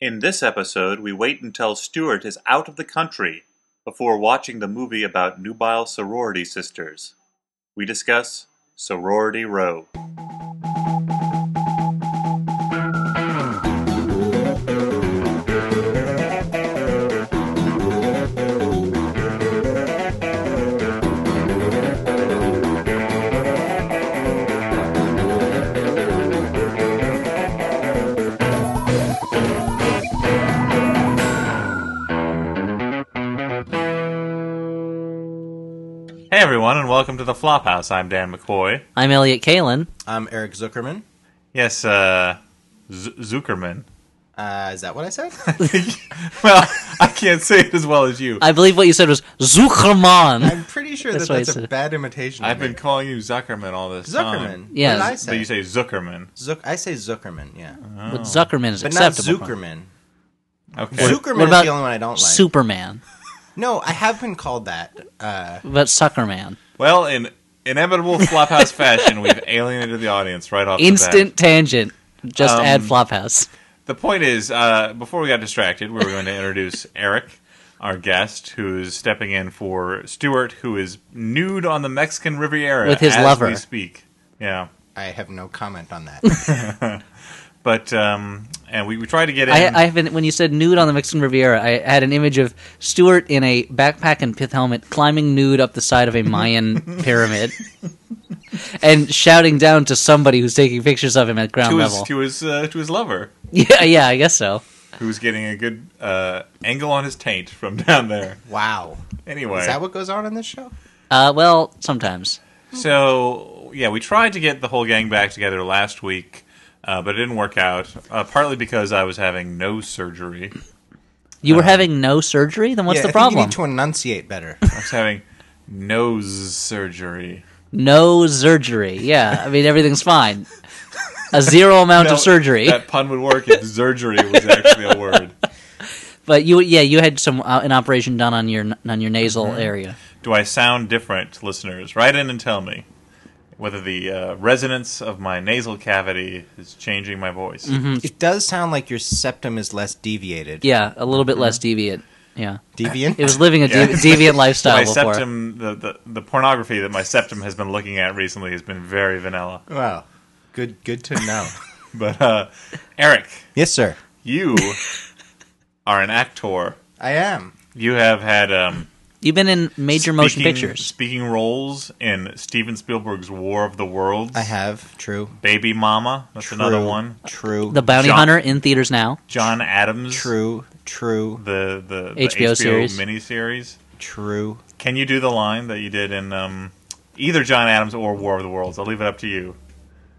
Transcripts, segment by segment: In this episode, we wait until Stuart is out of the country before watching the movie about nubile sorority sisters. We discuss Sorority Row. Hey everyone, and welcome to the Flophouse. I'm Dan McCoy. I'm Elliot Kalin. I'm Eric Zuckerman. Yes, uh, Z- Zuckerman. Uh, is that what I said? well, I can't say it as well as you. I believe what you said was Zuckerman. I'm pretty sure that That's what I that's a said. bad imitation. of I've been me. calling you Zuckerman all this Zuckerman. time. Yeah, What did but I But say? you say Uh-huh. Zuckerman. Zuck- I say Zuckerman. Yeah, But Zuckerman is Oh. but not acceptable. Zuckerman. Okay. Zuckerman what is about the only one I don't like. Superman, no, I have been called that. Uh, but Suckerman. Well, in inevitable Flophouse fashion, we've alienated the audience right off the bat. Instant tangent. Just add Um, Flophouse. The point is, uh, before we got distracted, we were going to introduce Eric, our guest, who's stepping in for Stuart, who is nude on the Mexican Riviera With his as lover. We speak, yeah. I have no comment on that. But um, and we, we tried to get in. I, I have been when you said nude on the Mexican Riviera. I had an image of Stuart in a backpack and pith helmet climbing nude up the side of a Mayan pyramid and shouting down to somebody who's taking pictures of him at ground to his level. to his uh, to his lover, yeah, yeah, I guess so. who's getting a good uh, angle on his taint from down there. wow, Anyway, is that what goes on in this show? Uh, well, sometimes. So yeah, we tried to get the whole gang back together last week, uh, but it didn't work out. Uh, partly because I was having nose surgery. You were having no surgery? Then what's Uh, Yeah, the I think you problem? need to enunciate better. I was having nose surgery. No surgery. Yeah, I mean everything's fine. A zero amount No, of surgery, That pun would work if surgery was actually a word. but you yeah you had some uh, an operation done on your on your nasal Mm-hmm. area. Do I sound different, listeners? Write in and tell me whether the uh, resonance of my nasal cavity is changing my voice. it does sound like your septum is less deviated. Mm. Yeah, a little bit less deviant. Yeah, Deviant. it was living a de- Mm-hmm. Yeah. deviant lifestyle My before. septum, the, the, the pornography that my septum has been looking at recently has been very vanilla. wow, good. Good to know. But uh, Eric, yes, sir. you are an actor. I am. You have had um, You've been in major motion speaking- pictures. speaking roles in Steven Spielberg's War of the Worlds. I have. True. Baby Mama. That's another True. one. True. The Bounty John- Hunter in theaters now. John Adams. true. True. The the, the HBO HBO, series. miniseries. True. Can you do the line that you did in um, either John Adams or War of the Worlds? I'll leave it up to you.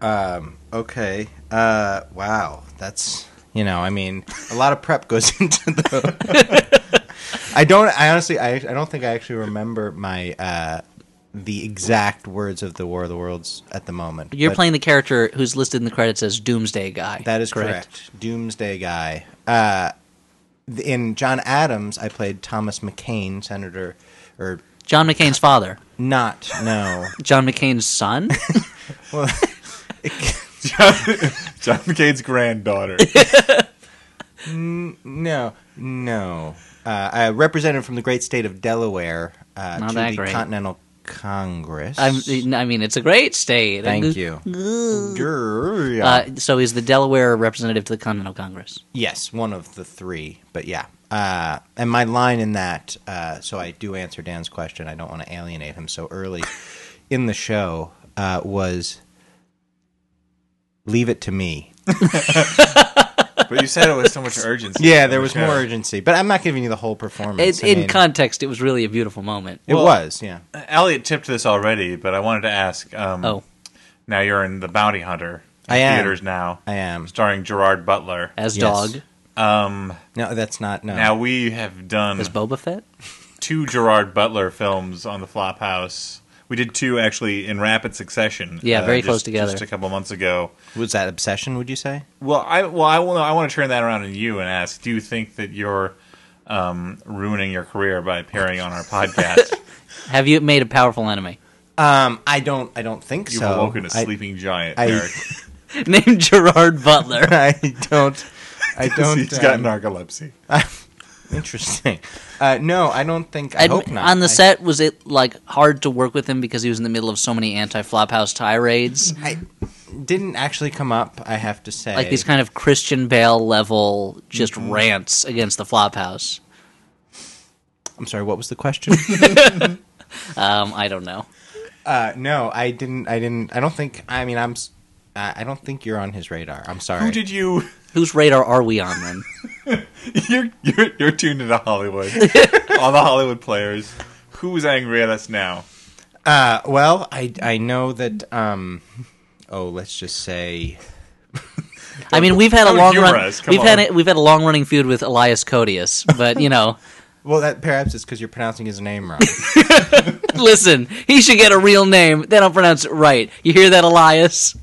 Um, okay. Uh, wow. That's, you know, I mean, a lot of prep goes into the. I don't, I honestly, I, I don't think I actually remember my, uh, the exact words of the War of the Worlds at the moment. You're but playing the character who's listed in the credits as Doomsday Guy. That is correct. Doomsday Guy. Uh, th- in John Adams, I played Thomas McCain, Senator, or John McCain's father, not, no. John McCain's son. John, John McCain's granddaughter. No, no. Uh, I represented from the great state of Delaware uh, Not to that the great. Continental Congress. I'm, I mean, it's a great state. Thank you. Grr, Uh, so he's the Delaware representative to the Continental Congress. yes, one of the three, but yeah. Uh, and my line in that, uh, so I do answer Dan's question. I don't want to alienate him so early in the show. Uh, was leave it to me. But you said it with so much urgency. Yeah, there was Okay. more urgency, but I'm not giving you the whole performance. It, I in uh, mean, context, it was really a beautiful moment. it was, yeah. Elliot tipped this already, but I wanted to ask. Um, Oh, Now you're in The Bounty Hunter. in I am. Theaters now. I am. Starring Gerard Butler. Um, as Yes. Mm. dog, No, that's not. No, Now we have done as Boba Fett. two Gerard Butler films on the Flophouse. We did two actually in rapid succession. uh, Yeah, very just- close together. Just a couple months ago. was that obsession? Would you say? Well, I well I want I want to turn that around on you and ask: Do you think that you're um, ruining your career by appearing on our podcast? Have you made a powerful enemy Um, I don't. I don't think You've so. awoken a I- sleeping giant, I- Eric. named Gerard Butler? I, don't. I don't. He's got um, narcolepsy. Interesting. Uh, no, I don't think. I Admi- hope not. On the I- set, was it like hard to work with him because he was in the middle of so many anti-flophouse tirades, I didn't actually come up. I have to say, like these kind of Christian Bale level just Mm-hmm. rants against the flophouse? I'm sorry. What was the question? Um, I don't know. uh, no, I didn't. I didn't. I don't think. I mean, I'm. s- I I don't think you're on his radar. I'm sorry. Who did you? Whose radar are we on then? You're you're, you're tuned into Hollywood. All the Hollywood players. Who's angry at us now? Uh, well, I I know that. Um, oh, let's just say. I mean, we've had a Don't long humor run. us, come we've had on. a, we've had a long running feud with Elias Codius, but you know, Well, that perhaps is because you're pronouncing his name wrong. listen, he should get a real name. They don't pronounce it right. You hear that, Elias?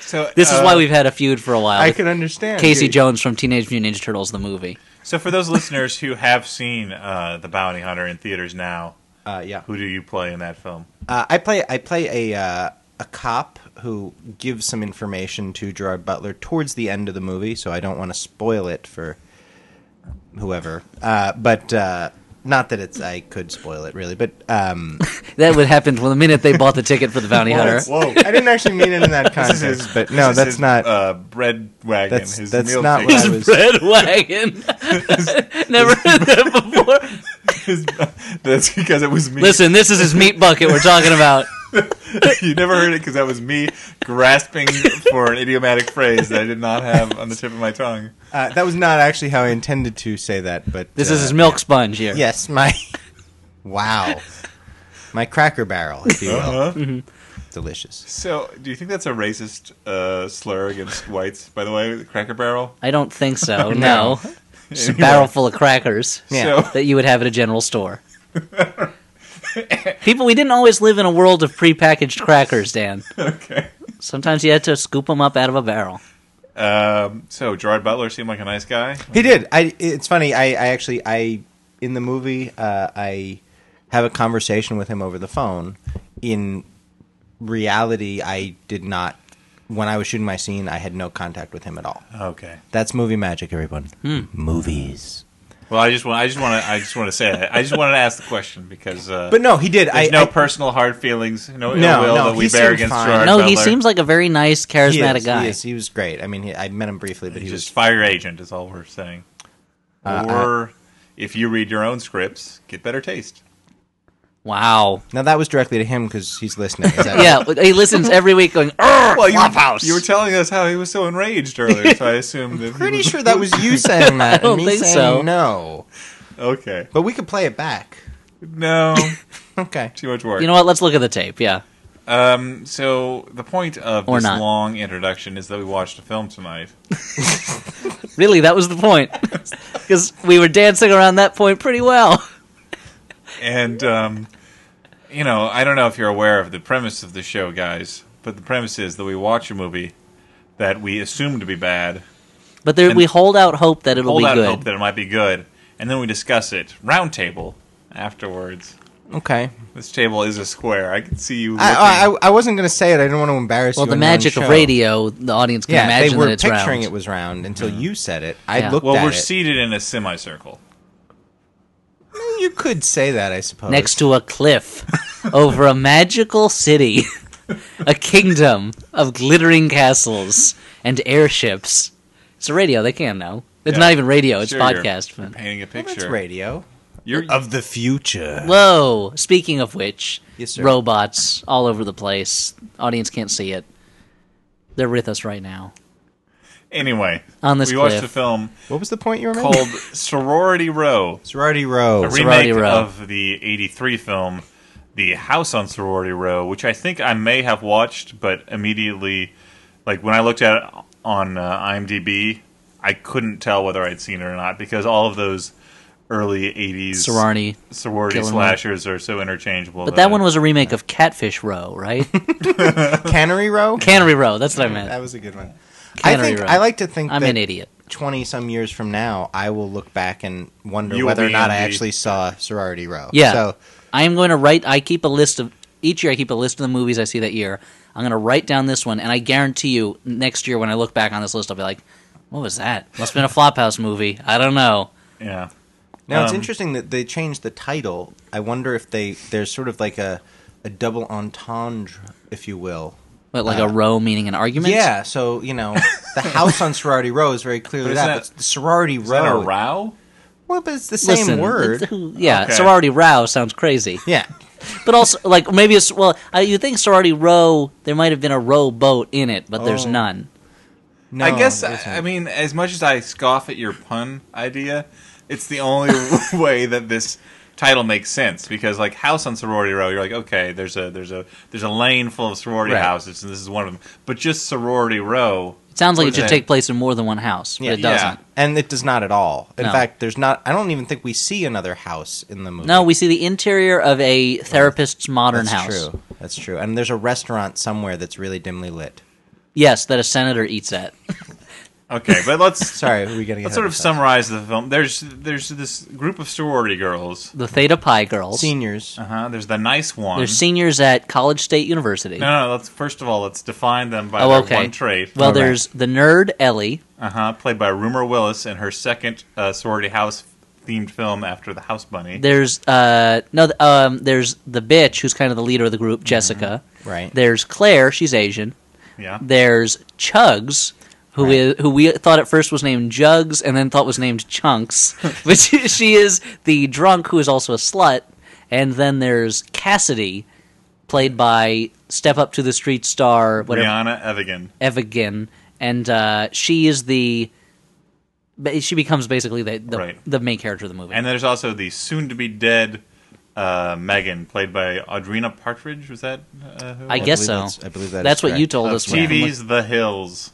So This is uh, why we've had a feud for a while. I with can understand Casey You- Jones from Teenage Mutant Ninja Turtles the movie. So for those listeners who have seen uh, the Bounty Hunter in theaters now, Uh, yeah, who do you play in that film? uh, I play I play a uh, a cop who gives some information to Gerard Butler towards the end of the movie, so I don't want to spoil it for whoever. Uh, but uh, not that it's I could spoil it really, but um, That would happen from the minute they bought the ticket for the Bounty Hunter. Whoa. I didn't actually mean it in that This is context. his- but this no, is that's his, not. uh, bread wagon. That's- his that's meal not ticket. what I His was- bread wagon. Never heard that before. His- that's because it was me. Listen, this is his meat bucket we're talking about. you never heard it because that was me grasping for an idiomatic phrase that I did not have on the tip of my tongue. uh, that was not actually how I intended to say that, but This uh, is his milk sponge here. Yes, my. wow. My cracker barrel, if you will. Oh. Uh-huh. Mm-hmm. Delicious. So, do you think that's a racist uh, slur against whites? By the way, the Cracker Barrel. I don't think so. No, just a Anyway, barrel full of crackers So, Yeah. that you would have at a general store. People, we didn't always live in a world of prepackaged crackers, Dan. okay. Sometimes you had to scoop them up out of a barrel. Um, so Gerard Butler seemed like a nice guy. He did. I. It's funny. I, I actually. I in the movie. Uh, I have a conversation with him over the phone. In reality, I did not. When I was shooting my scene, I had no contact with him at all. Okay. That's movie magic, everyone. Hmm. Movies. Well, I just want I just want to I just want to say that I just wanted to ask the question because uh, But no, he did. I there's no I- personal hard feelings, no, No, ill will no, that we he bear seemed against fine. Gerard No, Butler. he seems like a very nice, he charismatic is, guy. He, is, he was great. I mean, he, I met him briefly, but He's he was just Uh, fire agent is all we're saying. or if you read your own scripts, get better taste. Wow. Now that was directly to him because he's listening. Is that Yeah, he listens every week, going, "Arr, you, Flophouse." you were telling us how he was so enraged earlier, so I assumed that. he Pretty was- sure that was you saying that. don't and me think saying so. No, Okay. but we could play it back. No, Okay. too much work. You know what? Let's look at the tape. Yeah. um, so the point of Or this not. long introduction is that we watched a film tonight. Really, that was the point. Because we were dancing around that point pretty well. And, um, you know, I don't know if you're aware of the premise of the show, guys, but the premise is that we watch a movie that we assume to be bad, But there, And- we hold out hope that it'll hold be out good. hope that it might be good, and then we discuss it roundtable afterwards. Okay. This table is a square. I can see you. Looking. I, I, I wasn't going to say it. I didn't want to embarrass well, you. the on your own magic of show. radio, the audience can Yeah, imagine they were that it's picturing round. it was round until you said it. I Yeah. looked Mm. well, at we're it. seated in a semicircle. Oh, you could say that, I suppose. Next to a cliff over a magical city, a kingdom of glittering castles and airships. It's a radio, they can now. It's Yeah. not even radio, it's Sure, you're- podcast. you're but- painting a well, picture. that's radio You're, of the future. Whoa! Speaking of which, Yes, sir. robots all over the place. Audience can't see it. They're with us right now. anyway, On this we watched cliff. a film What was the point you were making? called Sorority Row, Sorority Row. a remake Row. of the '83 film The House on Sorority Row, which I think I may have watched, but immediately, like when I looked at it on uh, IMDb, I couldn't tell whether I'd seen it or not because all of those early '80s Sorority. sorority Killing me. slashers are so interchangeable. But that one was a remake of Catfish Row, right? Cannery Row. Cannery Row, that's what I meant. that was a good one. I Cannery think Row. I like to think I'm that an idiot. Twenty some years from now, I will look back and wonder You'll whether or be in not I the- actually saw Sorority Row. Yeah. So I am going to write. I keep a list of each year. I keep a list of the movies I see that year. I'm going to write down this one, and I guarantee you, next year when I look back on this list, I'll be like, What was that? Must have been a Flophouse movie. I don't know. Yeah. Now it's Um, interesting that they changed the title. I wonder if they there's sort of like a a double entendre, if you will. What, like a row meaning an argument? Uh, Yeah, so you know, the house on sorority row is very clearly But that, isn't but that- the sorority Is that a row. row? Well, but it's the same Listen, word. it's- Yeah, Okay. sorority row sounds crazy. yeah, But also, like, maybe it's, well, I, you think sorority row, there might have been a row boat in it, but there's Oh. none. no, I guess. it I, isn't. I mean, as much as I scoff at your pun idea, it's the only way that this title makes sense because, like, house on sorority row, you're like, okay, there's a there's a there's a lane full of sorority Right. houses, and this is one of them. But just sorority row, It sounds like What it is should that? take place in more than one house, but Yeah. it doesn't. and it does not at all. In No. fact, there's not. I don't even think we see another house in the movie. No, we see the interior of a therapist's modern that's house. true. That's true. And there's a restaurant somewhere that's really dimly lit. Yes, that a senator eats at. Okay, but let's Sorry, are we getting let's ahead sort of ourselves? summarize the film. There's there's this group of sorority girls. The Theta Pi girls. seniors. Uh huh. There's the nice one. They're seniors at College State University. no, no, no, let's first of all let's define them by Oh, their okay. one trait. Well, All right. there's the nerd Ellie. uh huh. Played by Rumor Willis in her second uh, sorority house themed film after the House Bunny. There's uh no th- um there's the bitch who's kind of the leader of the group, Jessica. Mm-hmm. Right. There's Claire, she's Asian. yeah. There's Chugs, who Right. is who we thought at first was named Jugs and then thought was named Chunks, but she, she is the drunk who is also a slut. And then there's Cassidy, played by Step Up to the Street star whatever Brianna Evigan. Evigan, and uh, she is the. ba- She becomes basically the the, Right. the main character of the movie. And there's also the soon to be dead uh, Megan, played by Audrina Partridge. Was that uh, who? I guess believe so. that's- I believe that is That's what correct. Uh, you told of us. when- TV's The Hills,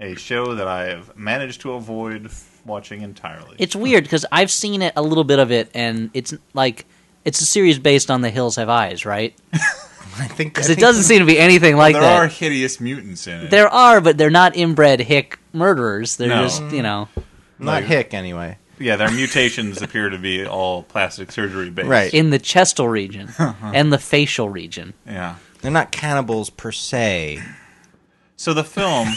a show that I have managed to avoid watching entirely. It's weird because I've seen it a little bit of it, and it's like it's a series based on The Hills Have Eyes, right? I think I Because it think- doesn't seem to be anything like there that. are hideous mutants in it. There are, but they're not inbred hick murderers. They're No. just you know. not Hick anyway. yeah, their mutations appear to be all plastic surgery based. Right. In the chestal region Uh-huh. and the facial region, Yeah. They're not cannibals per se. So the film,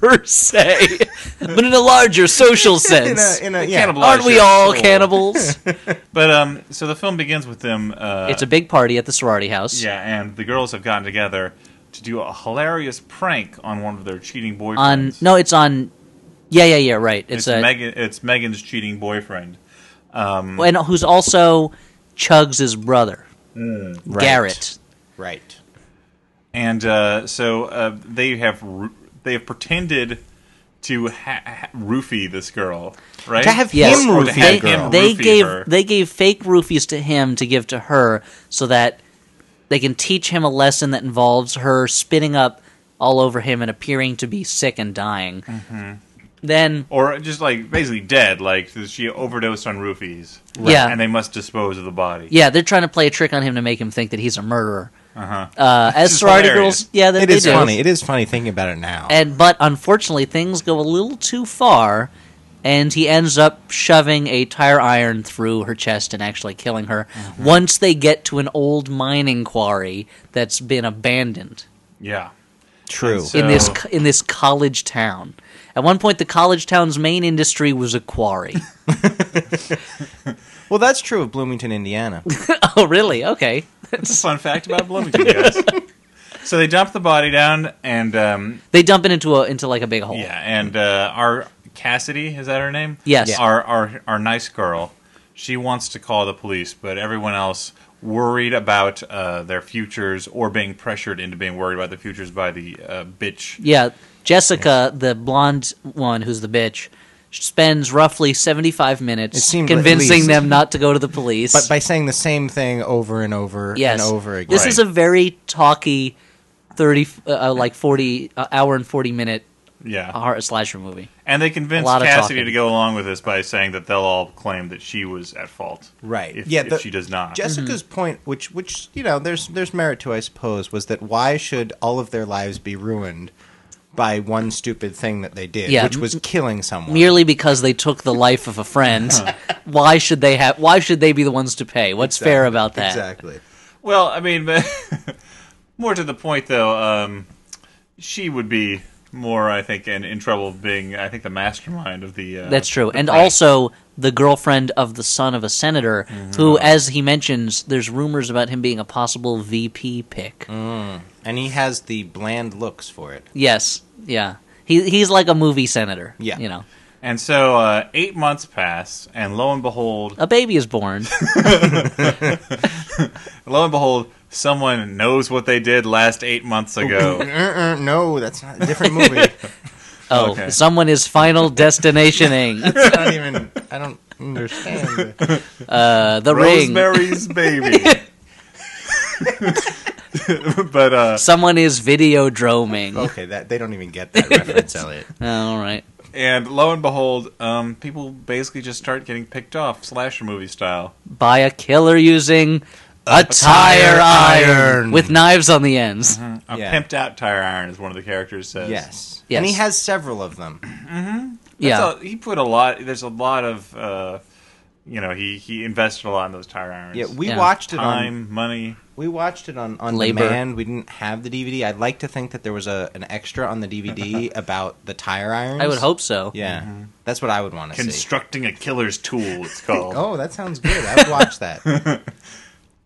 per se, but in a larger social sense. in a cannibal- Aren't we Larger all soul. cannibals? but um, so the film begins with them. Uh, it's a big party at the sorority house yeah, and the girls have gotten together to do a hilarious prank on one of their cheating boyfriends. on no it's on yeah yeah yeah right it's, it's, a Megan. It's Megan's cheating boyfriend. and who's also chugs' brother Right. garrett Right. and uh, so uh, they have ru- they have pretended to ha- ha- roofie this girl, right? To have Yes. him Or to roofie they, the girl. they roofie gave her. they gave fake roofies to him to give to her so that they can teach him a lesson that involves her spinning up all over him and appearing to be sick and dying Mm-hmm. then or just like basically dead, like she overdosed on roofies, Yeah. and they must dispose of the body. yeah they're trying to play a trick on him to make him think that he's a murderer Uh-huh. uh, as is sorority hilarious. girls yeah they, It they is do. funny. It is funny thinking about it now. and but unfortunately things go a little too far and he ends up shoving a tire iron through her chest and actually killing her Mm-hmm. once they get to an old mining quarry that's been abandoned Yeah, True. so- in this co- in this college town at one point the college town's main industry was a quarry well, that's true of Bloomington, Indiana. oh really okay that's a fun fact about Bloomington, guys. So they dump the body down, and um, they dump it into a into like a big hole Yeah, and uh, our Cassidy is that her name? Yes. Yeah. Our our our nice girl. She wants to call the police, but everyone else worried about uh, their futures or being pressured into being worried about their futures by the uh, bitch. Yeah, Jessica, the blonde one who's the bitch, spends roughly 75 minutes It seemed at convincing least. them not to go to the police. But by saying the same thing over and over yes. and over again. This is a very talky 30 uh, uh, like 40 uh, hour and 40 minute Yeah, horror slasher movie. and they convinced Uh, a lot of Cassidy talking. to go along with this by saying that they'll all claim that she was at fault. Right. If, Yeah, if the- she does not. Jessica's Mm-hmm. point, which which you know, there's there's merit to, I suppose, was that why should all of their lives be ruined by one stupid thing that they did, Yeah, which m- was killing someone? Merely because they took the life of a friend, why should they have why should they be the ones to pay? What's fair Exactly. about that? Exactly. Well, I mean, but more to the point, though, um, she would be more, I think, and in trouble being, I think, the mastermind of the. Uh, That's true. the And prank. also the girlfriend of the son of a senator, Mm-hmm. who, as he mentions, there's rumors about him being a possible VP pick. Mm. And he has the bland looks for it. Yes. Yeah. He, he's like a movie senator. Yeah. You know, And so uh, eight months pass, and lo and behold, a baby is born. lo and behold, someone knows what they did last eight months ago. Uh-uh, no, that's not a different movie. it's Oh, Okay. someone is final destinationing. not even. I don't understand. Uh, the ring. Rosemary's Baby. but uh, Someone is videodroming. Okay, that they don't even get that reference, Elliot. All right. and lo and behold, um, people basically just start getting picked off slasher movie style. By a killer using a tire tire iron iron. with knives on the ends. A Yeah. pimped out tire iron, as one of the characters says. Yes. Yes. And he has several of them. Yeah. That's a- he put a lot. There's a lot of, uh, you know, he he invested a lot in those tire irons. Yeah, we Yeah. watched it on time, money. we watched it on on Labor. demand. We didn't have the DVD. I'd like to think that there was a an extra on the DVD about the tire irons. I would hope so. Yeah, that's what I would want to see. Constructing a killer's tool, it's called. Oh, that sounds good. I would watch that.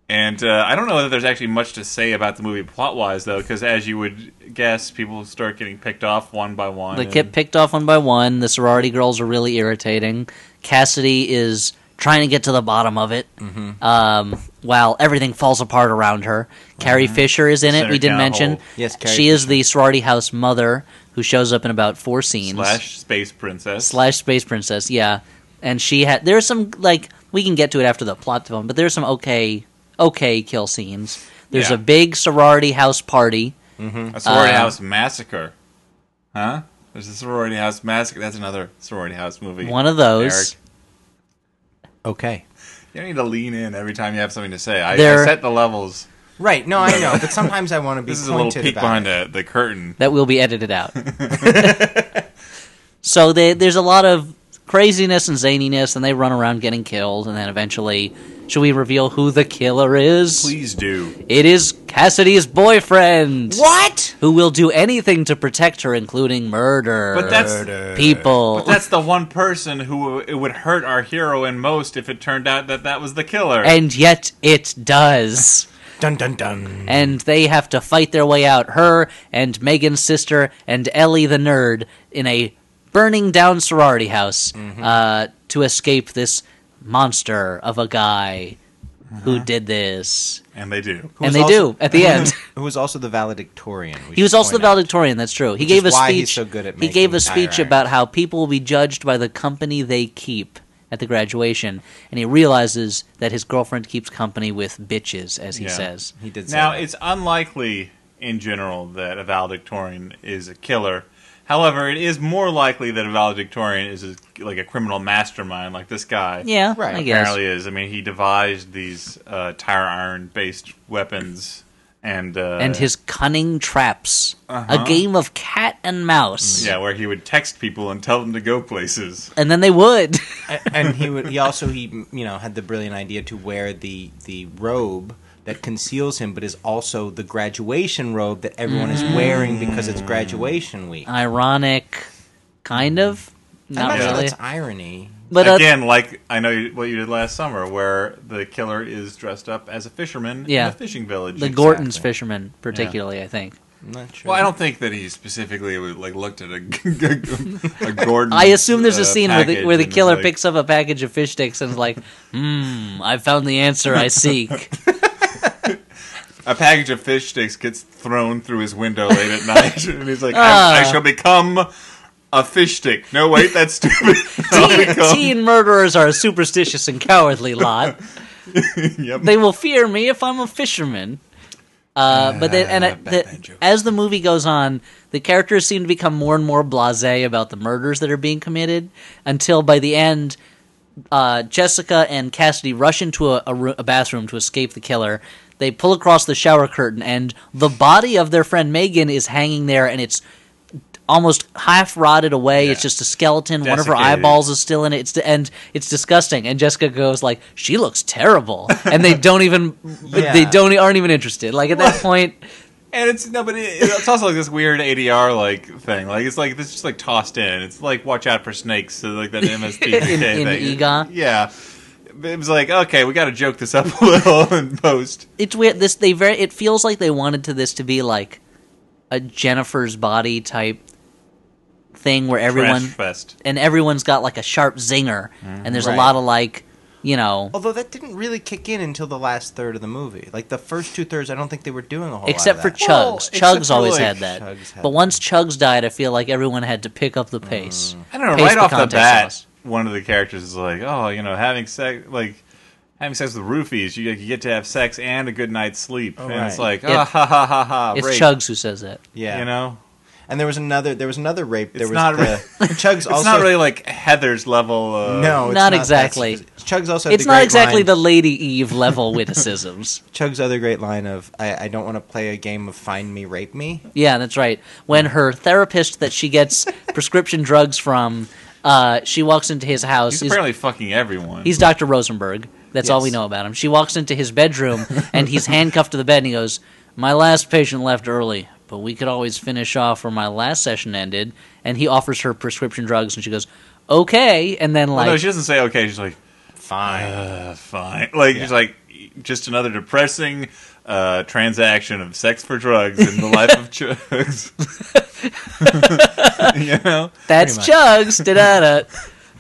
And uh, I don't know that there's actually much to say about the movie plot wise, though, because as you would guess, people start getting picked off one by one. They and- get picked off one by one. The sorority girls are really irritating. Cassidy is trying to get to the bottom of it Mm-hmm. um, while everything falls apart around her. Mm-hmm. Carrie Fisher is in it. Senator We didn't mention. Cowhole. oh, Yes, Carrie she is the sorority house mother who shows up in about four scenes. slash space princess. Slash space princess. Yeah, and she had. There's some like we can get to it after the plot development, but there's some okay, okay kill scenes. There's Yeah. a big sorority house party. a sorority uh, house massacre, huh? There's a sorority house massacre. That's another sorority house movie. One of those. Eric, okay. you don't need to lean in every time you have something to say. I, I There- set the levels. Right. No, I know, but sometimes I want to be This is a little pointed peek about behind it. the, the curtain. that will be edited out. so they, there's a lot of craziness and zaniness, and they run around getting killed, and then eventually, should we reveal who the killer is? Please do. It is Cassidy's boyfriend. What? Who will do anything to protect her, including murder. But that's people. but that's the one person who it would hurt our heroine most if it turned out that that was the killer. and yet it does. Dun dun dun. and they have to fight their way out. Her and Megan's sister and Ellie the nerd in a burning down sorority house Mm-hmm. uh, to escape this monster of a guy Uh-huh. who did this. and they do. and they also- do at the end. Who was also the valedictorian? we He was should also the point out. valedictorian. That's true. He is gave a why speech. he's so good at he gave making a speech tire irons. about how people will be judged by the company they keep at the graduation, and he realizes that his girlfriend keeps company with bitches, as he Yeah. says. He did. Say Now, that. it's unlikely in general that a valedictorian is a killer. However, it is more likely that a valedictorian is a, like a criminal mastermind, like this guy. Yeah, Right. I guess. apparently is. I mean, he devised these uh, tire iron based weapons and uh, and his cunning traps. A game of cat and mouse. Uh-huh. yeah, where he would text people and tell them to go places. And then they would. A- and he would. He also he you know had the brilliant idea to wear the the robe that conceals him, but is also the graduation robe that everyone is wearing because Mm. it's graduation week. Ironic, kind of. I'm Uh, Not not sure really. that's irony. but uh, Again, like I know you- what you did last summer, where the killer is dressed up as a fisherman Yeah. in a fishing village. the Gorton's exactly. fisherman, particularly, I think. Mm. I'm not sure. Well, I don't think that he specifically would, like looked at a, a Gordon. I assume there's uh, a scene where the, package where the and is killer like, picks up a package of fish sticks and is like, hmm, I found the answer I seek. a package of fish sticks gets thrown through his window late at night, and he's like, I, Ah. "I shall become a fish stick." No, wait, that's stupid. I'll teen, become- teen murderers are a superstitious and cowardly lot. Yep. They will fear me if I'm a fisherman. Uh, but then, and Ah, it- the- Batman joke. as the movie goes on, the characters seem to become more and more blasé about the murders that are being committed, until by the end, uh, Jessica and Cassidy rush into a, a, ru- a bathroom to escape the killer. They pull across the shower curtain, and the body of their friend Megan is hanging there, and it's almost half rotted away. Yeah. It's just a skeleton. One of her Desiccated. eyeballs is still in it. It's and it's disgusting. And Jessica goes like, "She looks terrible," and they don't even Yeah. they don't aren't even interested. Like at that point, And it's no, but it, it's also like this weird ADR like thing. Like it's like this just like tossed in. It's like watch out for snakes. So like that MST In- in thing. Ega? Yeah, But it was like okay, we got to joke this up a little in post. it's weird. This they very. It feels like they wanted to this to be like a Jennifer's body type thing where everyone Trash fest. and everyone's got like a sharp zinger, and there's a Right. lot of like, you know, Although that didn't really kick in until the last third of the movie. Like the first two thirds, I don't think they were doing a whole except for lot of Chugs. that. Well, Chugs except for, always like, had that. Chugs had but that. once Chugs died, I feel like everyone had to pick up the pace. Mm. I don't know. Pace right off the context bat, loss. one of the characters is like, "Oh, you know, having sex like having sex with roofies, you, you get to have sex and a good night's sleep." and it's Oh, right. like, "Ah, ha ha ha ha!" It's rape, Chugs who says that. yeah, You know, And there was another. There was another rape. There It's was not the, re- Chugs. it's also not really like Heather's level. Uh, no, it's Not that exactly. specific. Chugs also. had It's the not great exactly line- the Lady Eve level witticisms. Chug's other great line of I, I don't want to play a game of find me, rape me. Yeah, that's right. When her therapist that she gets prescription drugs from, uh, she walks into his house. he's He's, apparently fucking everyone. he's Dr. Rosenberg. That's all we Yes. know about him. She walks into his bedroom and he's handcuffed to the bed and he goes, My last patient left early, but we could always finish off where my last session ended. And he offers her prescription drugs and she goes, Okay. And then, like, no, she doesn't say okay. She's like, Fine. uh, "Fine." Like she's like, "Just another depressing." Uh, transaction of sex for drugs in the life of chugs. you know, that's much. Chugs. Da da da.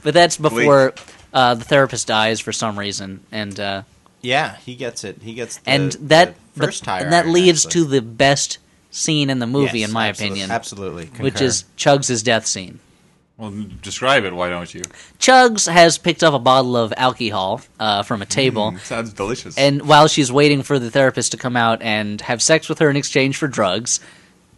But that's before uh, the therapist dies for some reason. And, uh, yeah, he gets it. He gets the, and that the first the- tire and that iron, leads actually. to the best scene in the movie, Yes, in my absolute- opinion, Absolutely. which concur. is Chugs' death scene. well, describe it. Why don't you? Chugs has picked up a bottle of alcohol uh, from a table, Mm-hmm. Sounds delicious. and while she's waiting for the therapist to come out and have sex with her in exchange for drugs.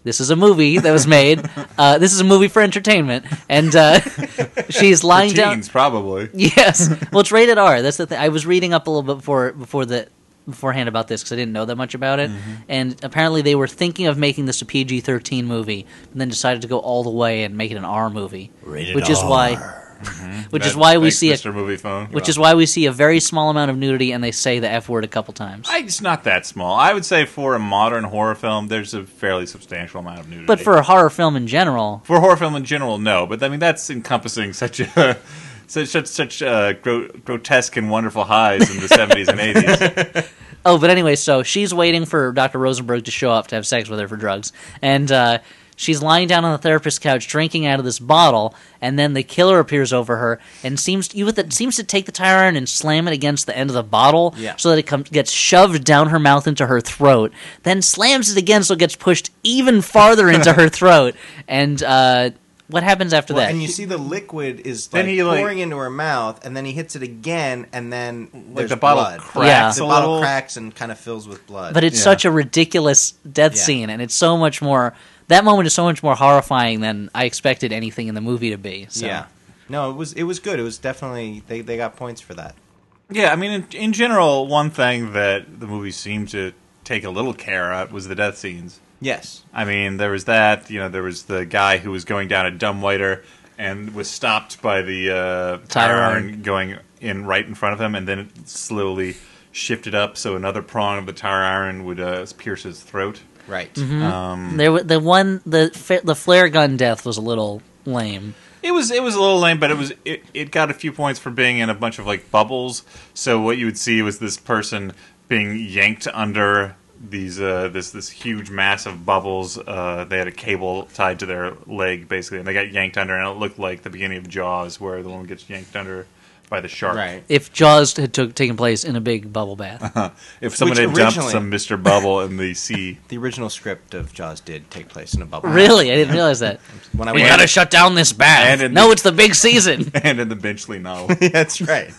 This is a movie that was made. Uh, this is a movie for entertainment, and uh, she's lying down. teens, probably. Yes. Well, it's rated R. That's the thing. I was reading up a little bit before before the beforehand about this because I didn't know that much about it. And apparently, they were thinking of making this a PG thirteen movie, and then decided to go all the way and make it an R movie, Rated which is why, which is is why we see Mr. a, movie phone, which is why we see a very small amount of nudity, and they say the F word a couple times. I, it's not that small. I would say for a modern horror film, there's a fairly substantial amount of nudity. but for a horror film in general, for a horror film in general, no. But I mean, that's encompassing such a such such, such uh, gro- grotesque and wonderful highs in the 70s and 80s. Oh, but anyway, so she's waiting for Dr. Rosenberg to show up to have sex with her for drugs. And uh, she's lying down on the therapist's couch drinking out of this bottle, and then the killer appears over her and seems you with it seems to take the tire iron and slam it against the end of the bottle Yeah. so that it comes gets shoved down her mouth into her throat, then slams it again so it gets pushed even farther into her throat. And uh, what happens after Well, that? and you see the liquid is like Then he, like- pouring into her mouth, and then he hits it again, and then Like there's the bottle blood. Yeah. cracks The a bottle little. cracks and kind of fills with blood. but it's Yeah. such a ridiculous death Yeah. scene and it's so much more that moment is so much more horrifying than i expected anything in the movie to be so yeah, no, it was it was good. It was definitely they, they got points for that. Yeah, I mean, in, in general, one thing that the movie seemed to take a little care at was the death scenes. Yes, I mean, there was that. You know, there was the guy who was going down a dumbwaiter and was stopped by the uh, tire Tire iron going in right in front of him, and then it slowly shifted up so another prong of the tire iron would uh, pierce his throat. right. Mm-hmm. there wa- the one the fa- the flare gun death was a little lame It was it was a little lame, but it was it, it got a few points for being in a bunch of like bubbles. So what you would see was this person being yanked under these uh, this this huge mass of bubbles. Uh, they had a cable tied to their leg basically, and they got yanked under, and it looked like the beginning of Jaws, where the one gets yanked under by the shark. Right. if jaws had took, taken place in a big bubble bath If someone Which had dumped originally- some Mr. Bubble in the sea, The original script of Jaws did take place in a bubble. really i didn't realize that When I we went- gotta shut down this bath And in no the- it's the big season and in the Benchley novel, That's right.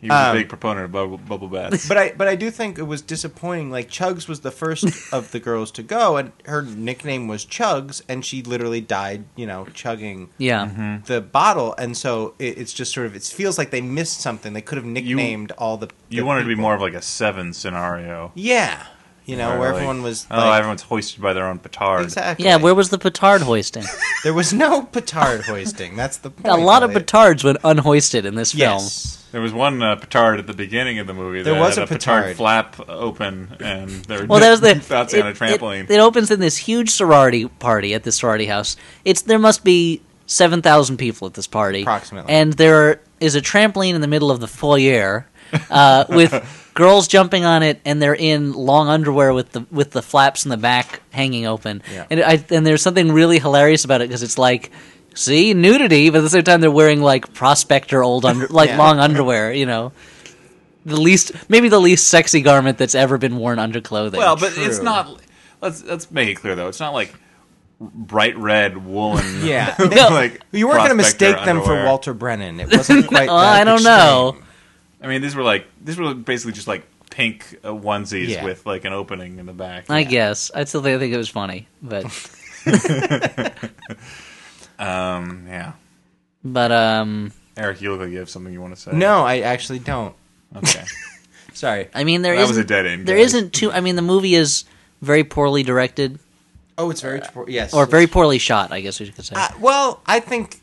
he was Um, a big proponent of bubble, bubble baths. But I but I do think it was disappointing. Like Chugs was the first of the girls to go, and her nickname was Chugs, and she literally died, you know, chugging yeah Mm. the bottle. And so it, it's just sort of it feels like they missed something. They could have nicknamed all the You the wanted to be people. more of like a seven scenario. yeah, you know, Or, where like, everyone was oh, like, everyone's hoisted by their own petard. exactly yeah where was the petard hoisting there was no petard hoisting. That's the point. a lot of Elliot. petards went unhoisted in this film Yes. There was one uh, petard at the beginning of the movie. There that was had a petard. flap open, and there were Well, that was the thoughts it, on a trampoline. It, it opens in this huge sorority party at this sorority house. It's there must be seven thousand people at this party, Approximately. and there is a trampoline in the middle of the foyer uh, with girls jumping on it, and they're in long underwear with the with the flaps in the back hanging open. Yeah. And I and there's something really hilarious about it because it's like. See nudity, but at the same time they're wearing like prospector old under, like Yeah. long underwear, you know, the least maybe the least sexy garment that's ever been worn under clothing. well, but it's True. not. Let's let's make it clear though. It's not like bright red woolen. Yeah. like you weren't going to mistake prospector them for underwear. Walter Brennan. It wasn't quite. Oh, that I don't extreme. know. I mean, these were like these were basically just like pink uh, onesies Yeah. with like an opening in the back. I guess I still think, I think it was funny, but um, yeah. but um, Eric, you look like you have something you want to say. No, I actually don't. Okay. Sorry. I mean there That was isn't- a dead end, There guys. isn't too. I mean the movie is very poorly directed Oh, it's very tr- yes. or very poorly shot. I guess we could say. Uh, well, I think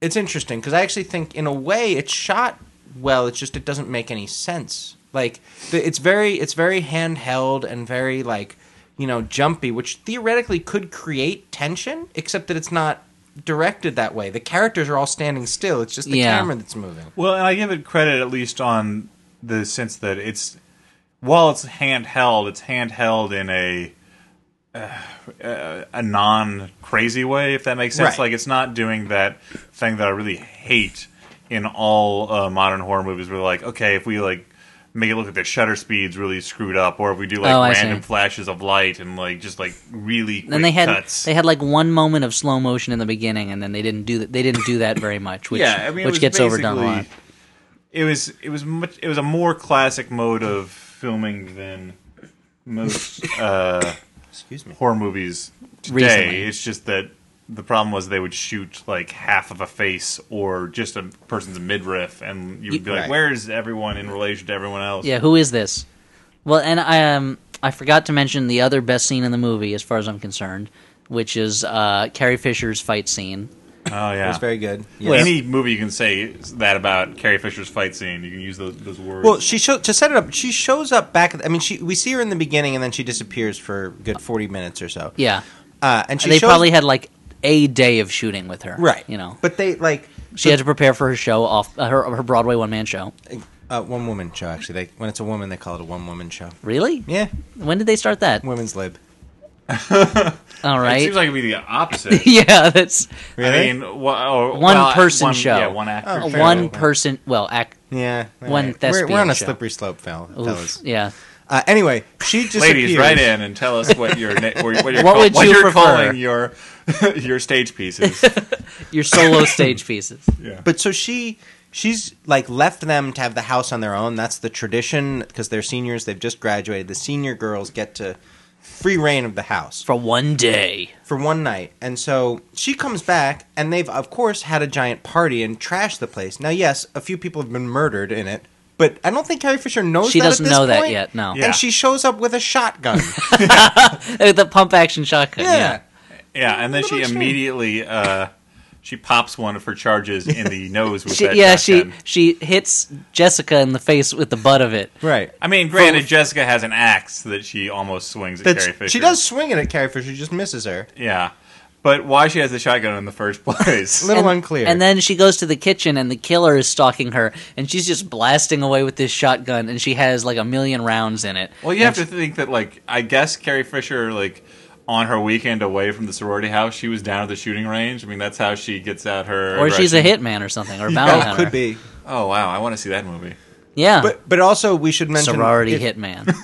it's interesting because I actually think, in a way, it's shot well. It's just it doesn't make any sense. Like the, it's very it's very handheld and very like you know jumpy, which theoretically could create tension, except that it's not directed that way. The characters are all standing still. It's just the Yeah. camera that's moving. Well, and I give it credit at least on the sense that it's while it's handheld, it's handheld in a uh, a non crazy way, if that makes sense. Right. Like it's not doing that thing that I really hate in all uh, modern horror movies, where they're like, okay, if we like make it look like the shutter speed's really screwed up, or if we do like Oh, I see. random flashes of light and like just like really quick and they had cuts. they had like one moment of slow motion in the beginning, and then they didn't do that. They didn't do that very much, which yeah, I mean, it was which gets overdone a basically- lot. It was it was much it was a more classic mode of filming than most uh, Excuse me. horror movies today. Recently. It's just that the problem was they would shoot like half of a face or just a person's midriff, and you'd be like, Right. "Where is everyone in relation to everyone else?" Yeah, who is this? Well, and I um I forgot to mention the other best scene in the movie, as far as I'm concerned, which is uh, Carrie Fisher's fight scene. Oh yeah. It's very good. Yes. any movie you can say that about Carrie Fisher's fight scene, you can use those, those words. Well, she show, to set it up. She shows up back. at the- I mean, she we see her in the beginning, and then she disappears for a good forty minutes or so. Yeah, uh, and she they shows, probably had like a day of shooting with her, right. You know, but they like she had to prepare for her show off uh, her her Broadway one man show. Uh, one woman show, actually. They, when it's a woman, they call it a one woman show. Really? Yeah, When did they start that? women's lib. All it right. seems like it'd be the opposite. yeah, that's I mean, wha- or- One well, person one- show. Yeah, one actor. Oh, a show. fair one enough. person. Well, act. Yeah, all One We're, thespian we're on a show. slippery slope, fell, oof, fellas. yeah. Uh, anyway, she disappears. Ladies, write in and tell us what your na- what, you're What call- would what you you're prefer? calling your your stage pieces. Your solo stage pieces. Yeah. But so she she's like left them to have the house on their own. That's the tradition because they're seniors. They've just graduated. The senior girls get to free reign of the house. For one day. for one night. And so she comes back, and they've, of course, had a giant party and trashed the place. Now, yes, a few people have been murdered in it, but I don't think Carrie Fisher knows She that at doesn't this know that point. yet, no. Yeah. And she shows up with a shotgun. Uh, The pump action shotgun. Yeah. yeah. yeah, and then she Little shame. immediately uh, she pops one of her charges in the nose with She, that yeah, she shotgun. she hits Jessica in the face with the butt of it. Right. I mean, granted, Jessica has an axe that she almost swings at That's, Carrie Fisher. she does swing it at Carrie Fisher, she just misses her. Yeah, but why she has the shotgun in the first place? Little unclear. And then she goes to the kitchen, and the killer is stalking her, and she's just blasting away with this shotgun, and she has like a million rounds in it. Well, you have to think that, like, I guess Carrie Fisher, like, on her weekend away from the sorority house, she was down at the shooting range. I mean, that's how she gets out her. or she's a aggression. hitman or something, or a bounty that hunter. could be. Oh wow, I want to see that movie. Yeah, But but also we should mention sorority if- hitman.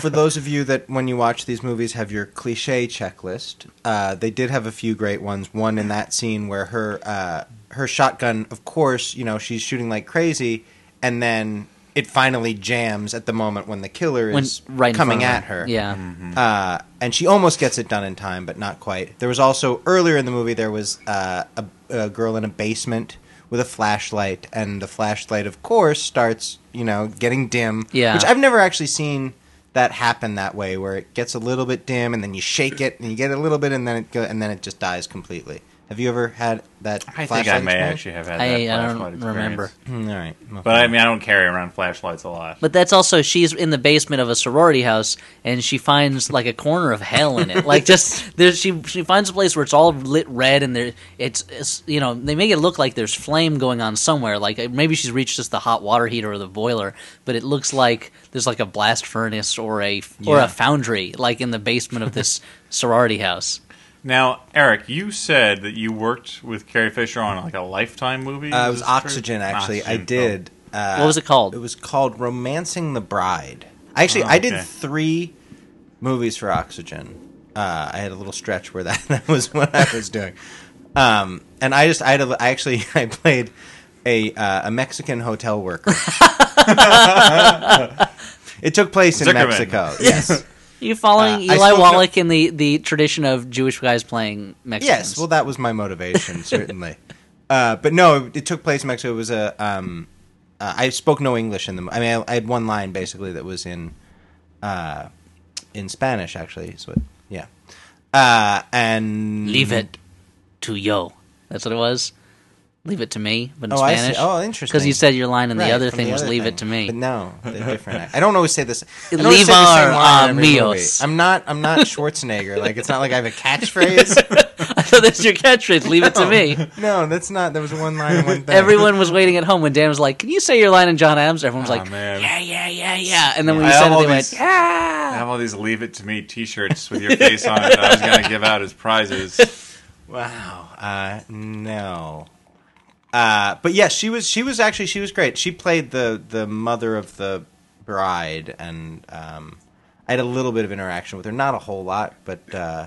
for those of you that when you watch these movies have your cliche checklist uh, they did have a few great ones one in that scene where her uh, her shotgun of course you know she's shooting like crazy and then it finally jams at the moment when the killer When is right in coming front at of her Yeah, uh, and she almost gets it done in time but not quite there was also earlier in the movie there was uh, a, a girl in a basement with a flashlight and the flashlight of course starts you know getting dim Yeah. which i've never actually seen that happen that way where it gets a little bit dim and then you shake it and you get a little bit and then it go, and then it just dies completely Have you ever had that? I think I flashlight may experience? actually have had that I, I flashlight don't experience. remember. Mm, All right, Well, But I mean, I don't carry around flashlights a lot. But that's also she's in the basement of a sorority house, and she finds like a corner of hell in it. Like just there's she she finds a place where it's all lit red, and there it's, it's you know they make it look like there's flame going on somewhere. Like uh, maybe she's reached just the hot water heater or the boiler, but it looks like there's like a blast furnace or a or Yeah. a foundry like in the basement of this sorority house. Now, Eric, you said that you worked with Carrie Fisher on like a Lifetime movie. Uh, it Is was this true? Ah, Oxygen. Actually, Oxygen. oh. I did. Uh, What was it called? It was called Romancing the Bride. Actually, Oh, I did okay. three movies for Oxygen. Uh, I had a little stretch where that, that was what I was doing, um, and I just I, had a, I actually I played a uh, a Mexican hotel worker. it took place in Zuckerman. Mexico. Yes, Are you following Uh, Eli I still don't- Wallach in the the tradition of Jewish guys playing Mexicans? yes. Well, that was my motivation certainly. Uh, but no, it, it took place in Mexico. It was a um, uh, I spoke no English in the. I mean, I, I had one line basically that was in uh, in Spanish actually. So yeah, uh, and leave it to yo. That's what it was. Leave it to me, but in Oh, I see. Spanish. Oh, interesting. Because you said your line, and Right, the other from thing was other leave thing. it to me. But no, they're different. I don't always say this. I don't Leave always say the same our uh, line in every movie. amigos. I'm not. I'm not Schwarzenegger. like it's not like I have a catchphrase. so that's your catchphrase. Leave it to me. no, that's not. There was one line. and One thing. Everyone was waiting at home when Dan was like, "Can you say your line?" And John Adams, everyone was Aw, like, Oh, man. "Yeah, yeah, yeah, yeah." And then when I you have said it, all they these- went, "Yeah." I have all these "Leave It to Me" T-shirts with your face on it that I was going to give out as prizes. Wow. Uh, no. Uh, but yes, she was. She was actually. She was great. She played the the mother of the bride, and um, I had a little bit of interaction with her. Not a whole lot, but uh,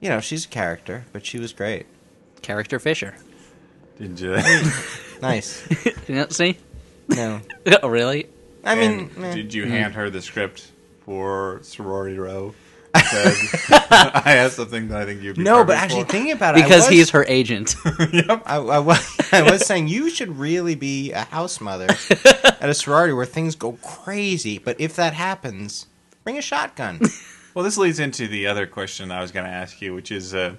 you know, she's a character. But she was great. Character Fisher. Did you? Nice. You know, see? No. oh, really? I mean, And eh. did you hand her the script for Sorority Row? It said- I have something that I think you'd be no. But perfect actually, for. thinking about it, Because I was, he's her agent. I, I was, I was saying you should really be a house mother at a sorority where things go crazy. But if that happens, bring a shotgun. Well, this leads into the other question I was going to ask you, which is uh,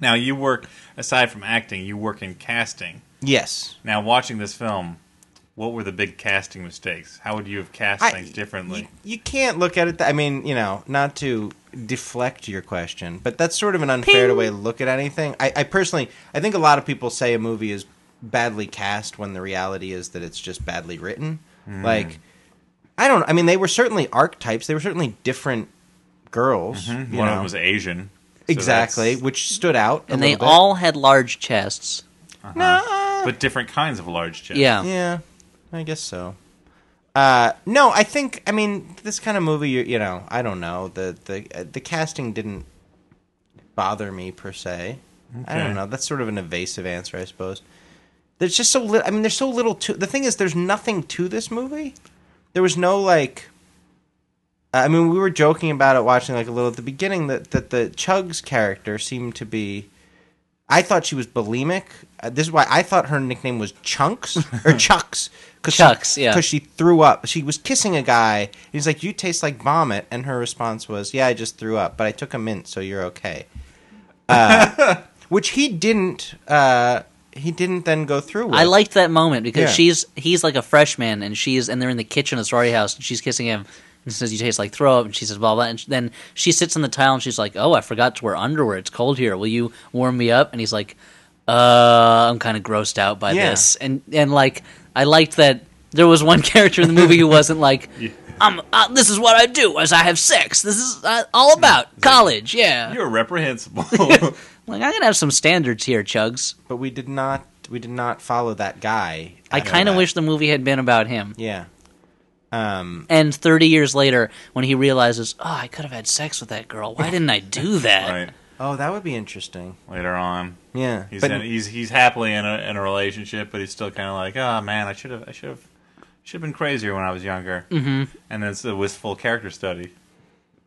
now you work, aside from acting, you work in casting. yes. Now, watching this film, what were the big casting mistakes? How would you have cast I- things differently? You, you can't look at it. Th- I mean, you know, not to deflect your question, but that's sort of an unfair way to look at anything. I, I personally, I think a lot of people say a movie is badly cast when the reality is that it's just badly written. Mm. Like, I don't. I mean, they were certainly archetypes. They were certainly different girls. you Mm-hmm. One of know. them was Asian. so exactly, that's- which stood out. a and they little bit. all had large chests. No, But different kinds of large chests. Yeah. Yeah, I guess so. Uh, no, I think I mean this kind of movie. You, you know, I don't know the the uh, the casting didn't bother me per se. I Okay. don't know. That's sort of an evasive answer, I suppose. There's just so little. I mean, there's so little to the thing is there's nothing to this movie. There was no like. I mean, we were joking about it watching like a little at the beginning that that the Chugs character seemed to be. I thought she was bulimic. Uh, this is why I thought her nickname was Chunks or Chucks. Cause Chucks, she, yeah. Because she threw up. She was kissing a guy. And he's like, "You taste like vomit," and her response was, "Yeah, I just threw up, but I took a mint, so you're okay." Uh, which he didn't. Uh, he didn't then go through with. I liked that moment because Yeah. she's he's like a freshman and she's and they're in the kitchen of the sorority house and she's kissing him and says you taste like throw up and she says blah blah and sh- then she sits on the tile and she's like oh I forgot to wear underwear it's cold here will you warm me up and he's like uh I'm kind of grossed out by Yeah. this and and like I liked that there was one character in the movie who wasn't like I'm uh, this is what I do as I have sex this is uh, all about college yeah You're reprehensible. like I'm gonna have some standards here Chugs but we did not. We did not follow that guy. I after kind of that. wish the movie had been about him Yeah. Um. And 30 years later, when he realizes, oh, I could have had sex with that girl. Why didn't I do that? right. Oh, that would be interesting. Later on. Yeah. He's but in, he's he's happily in a in a relationship, but he's still kind of like, oh man, I should have I should have should have been crazier when I was younger. Mm-hmm. And it's a wistful character study.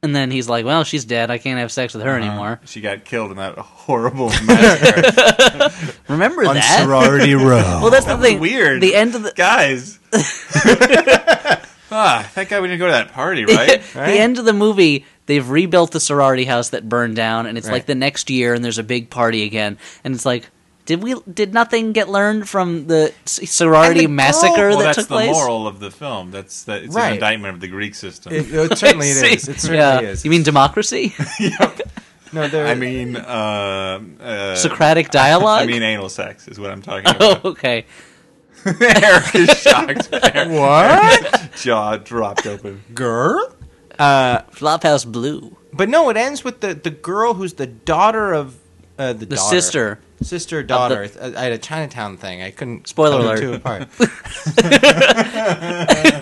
And then he's like, well, she's dead. I can't have sex with her Uh-huh. anymore. She got killed in that horrible massacre. Remember that? sorority row. Well, that's the was thing. weird. The end of the Guys, Ah, thank God we didn't go to that party, right? Right? The end of the movie, they've rebuilt the sorority house that burned down, and it's like the next year, and there's a big party again, and it's like, did we? Did nothing get learned from the s- sorority massacre well, that that's took the place? moral of the film. That's that. It's Right. an indictment of the Greek system. It, it certainly it See? is. It certainly yeah. is. Uh, You mean democracy? no? There, I mean, uh, uh, Socratic dialogue? I mean, anal sex is what I'm talking oh, about. okay. Eric is shocked. Eric's what jaw dropped open. girl? Flophouse Blue. But no, it ends with the the girl who's the daughter of uh, the, The daughter. sister. sister daughter. Uh, I had a Chinatown thing. I couldn't Spoiler tell the alert. Two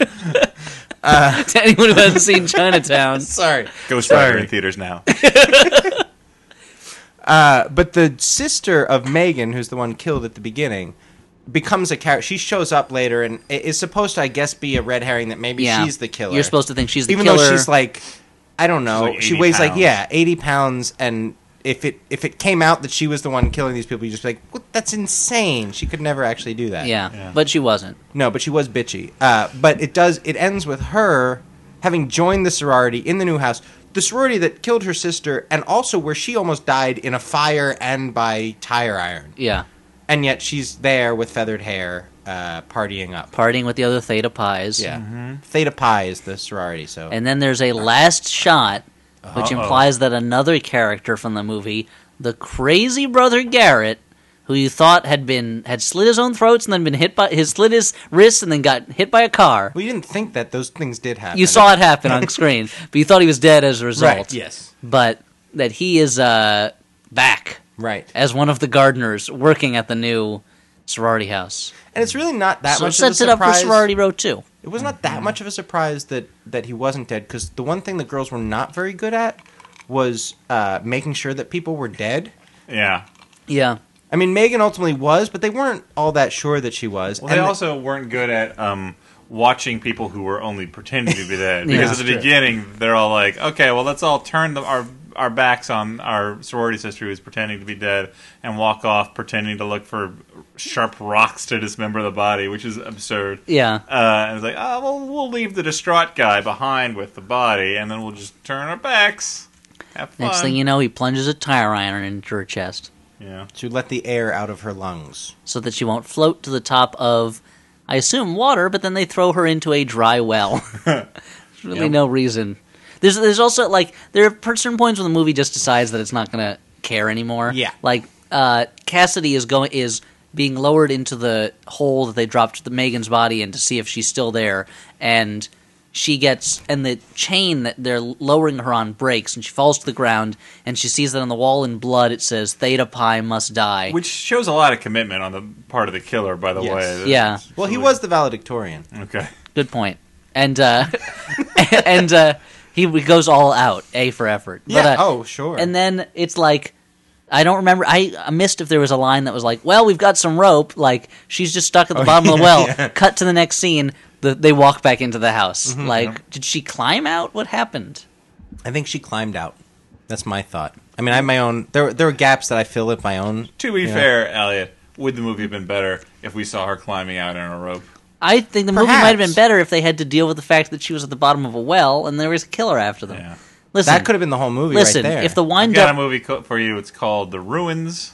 apart. to anyone who hasn't seen Chinatown. Sorry. Ghost Rider Sorry. in theaters now. Uh, but the sister of Megan, who's the one killed at the beginning, becomes a character. She shows up later and i- is supposed to, I guess, be a red herring that maybe Yeah. she's the killer. You're supposed to think she's the even killer. though she's like, I don't know, She's like she 80 weighs like pounds. yeah, eighty pounds, and if it if it came out that she was the one killing these people, you just be like, what? That's insane. She could never actually do that. yeah, Yeah. but she wasn't. No, but she was bitchy. Uh, but it does. It ends with her having joined the sorority in the new house, the sorority that killed her sister, and also where she almost died in a fire and by tire iron. Yeah, And yet she's there with feathered hair, uh, partying up. partying with the other Theta Pies. Yeah, Theta Pi is the sorority. So Mm-hmm. and then there's a last shot, which Uh-oh. implies that another character from the movie, the crazy brother Garrett, who you thought had been had slit his own throats and then been hit by his slit his wrists and then got hit by a car. we didn't think that those things did happen. You saw it happen on screen, but you thought he was dead as a result. Right. Yes. but that he is uh, back Right. as one of the gardeners working at the new sorority house. And it's really not that so it much of a sets it up for surprise. sorority row too. It was not that much of a surprise that that he wasn't dead because the one thing the girls were not very good at was uh, making sure that people were dead. Yeah. Yeah, I mean, Megan ultimately was, but they weren't all that sure that she was. Well, they also weren't good at um, watching people who were only pretending to be dead. Yeah. Because at the That's true. beginning, they're all like, okay, well, let's all turn the, our our backs on our sorority sister who's pretending to be dead and walk off pretending to look for sharp rocks to dismember the body, which is absurd. yeah. Uh, and it's like, oh, well, we'll leave the distraught guy behind with the body, and then we'll just turn our backs. Have fun. Next thing you know, he plunges a tire iron into her chest yeah. to let the air out of her lungs. so that she won't float to the top of, I assume, water. But then they throw her into a dry well. There's really Yep. no reason. There's there's also like there are per- certain points when the movie just decides that it's not gonna care anymore. Yeah. like uh, Cassidy is going is being lowered into the hole that they dropped the Megan's body in to see if she's still there, and she gets and the chain that they're lowering her on breaks, and she falls to the ground, and she sees that on the wall in blood it says Theta Pi must die. Which shows a lot of commitment on the part of the killer, by the Yes. way. Yeah. Well, he was the valedictorian. Okay. Good point. And uh, and uh, he goes all out, a for effort. But, Yeah. uh, oh, sure. And then it's like I don't remember. I I missed if there was a line that was like, "Well, we've got some rope." Like she's just stuck Oh, at the bottom of the well. Cut to the next scene. The, they walk back into the house. Mm-hmm, like, did she climb out? What happened? I think she climbed out. That's my thought. I mean, I have my own. There, were- there were gaps that I filled with my own. To be Yeah. fair, Elliot, would the movie have been better if we saw her climbing out on a rope? I think the movie might have been Perhaps. better if they had to deal with the fact that she was at the bottom of a well and there was a killer after them. Yeah. Listen, That could have been the whole movie. listen. right there. If the I've wind got a up movie co- for you. It's called The Ruins.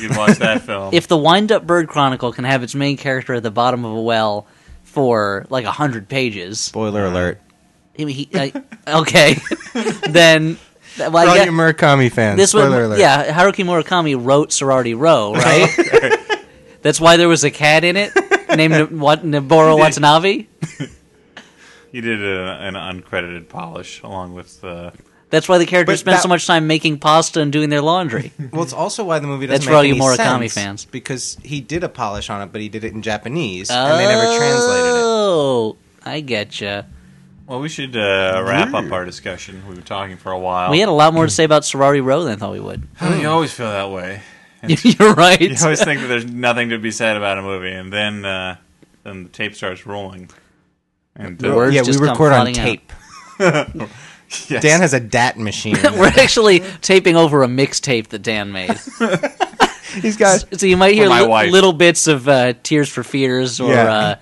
You can watch that film. if the wind up bird chronicle can have its main character at the bottom of a well for like a hundred pages spoiler alert. I mean, he, uh, okay then that- well, For all Uh, yeah, you Murakami fans, this spoiler one alert. yeah haruki murakami wrote sorority row right that's why there was a cat in it named N- what Naboro watanabe he did a, an uncredited polish along with the. that's why the character But spent that- so much time making pasta and doing their laundry Well, it's also why the movie doesn't That's make for all you any Murakami sense, fans. because he did a polish on it, but he did it in Japanese, and they never translated it. oh i getcha Well, we should uh, wrap up our discussion. We've been talking for a while. we had a Mm. lot more to say about sorority row than i thought we would Oh, you always feel that way. you're right You always think that there's nothing to be said about a movie, and then uh, then the tape starts rolling. And uh, The words yeah, we just come record on flooding out. tape. Yes. Dan has a DAT machine. We're actually taping over a mixtape that Dan made, He's got so you might hear my li- wife. little bits of uh, "Tears for Fears" or Yeah. uh,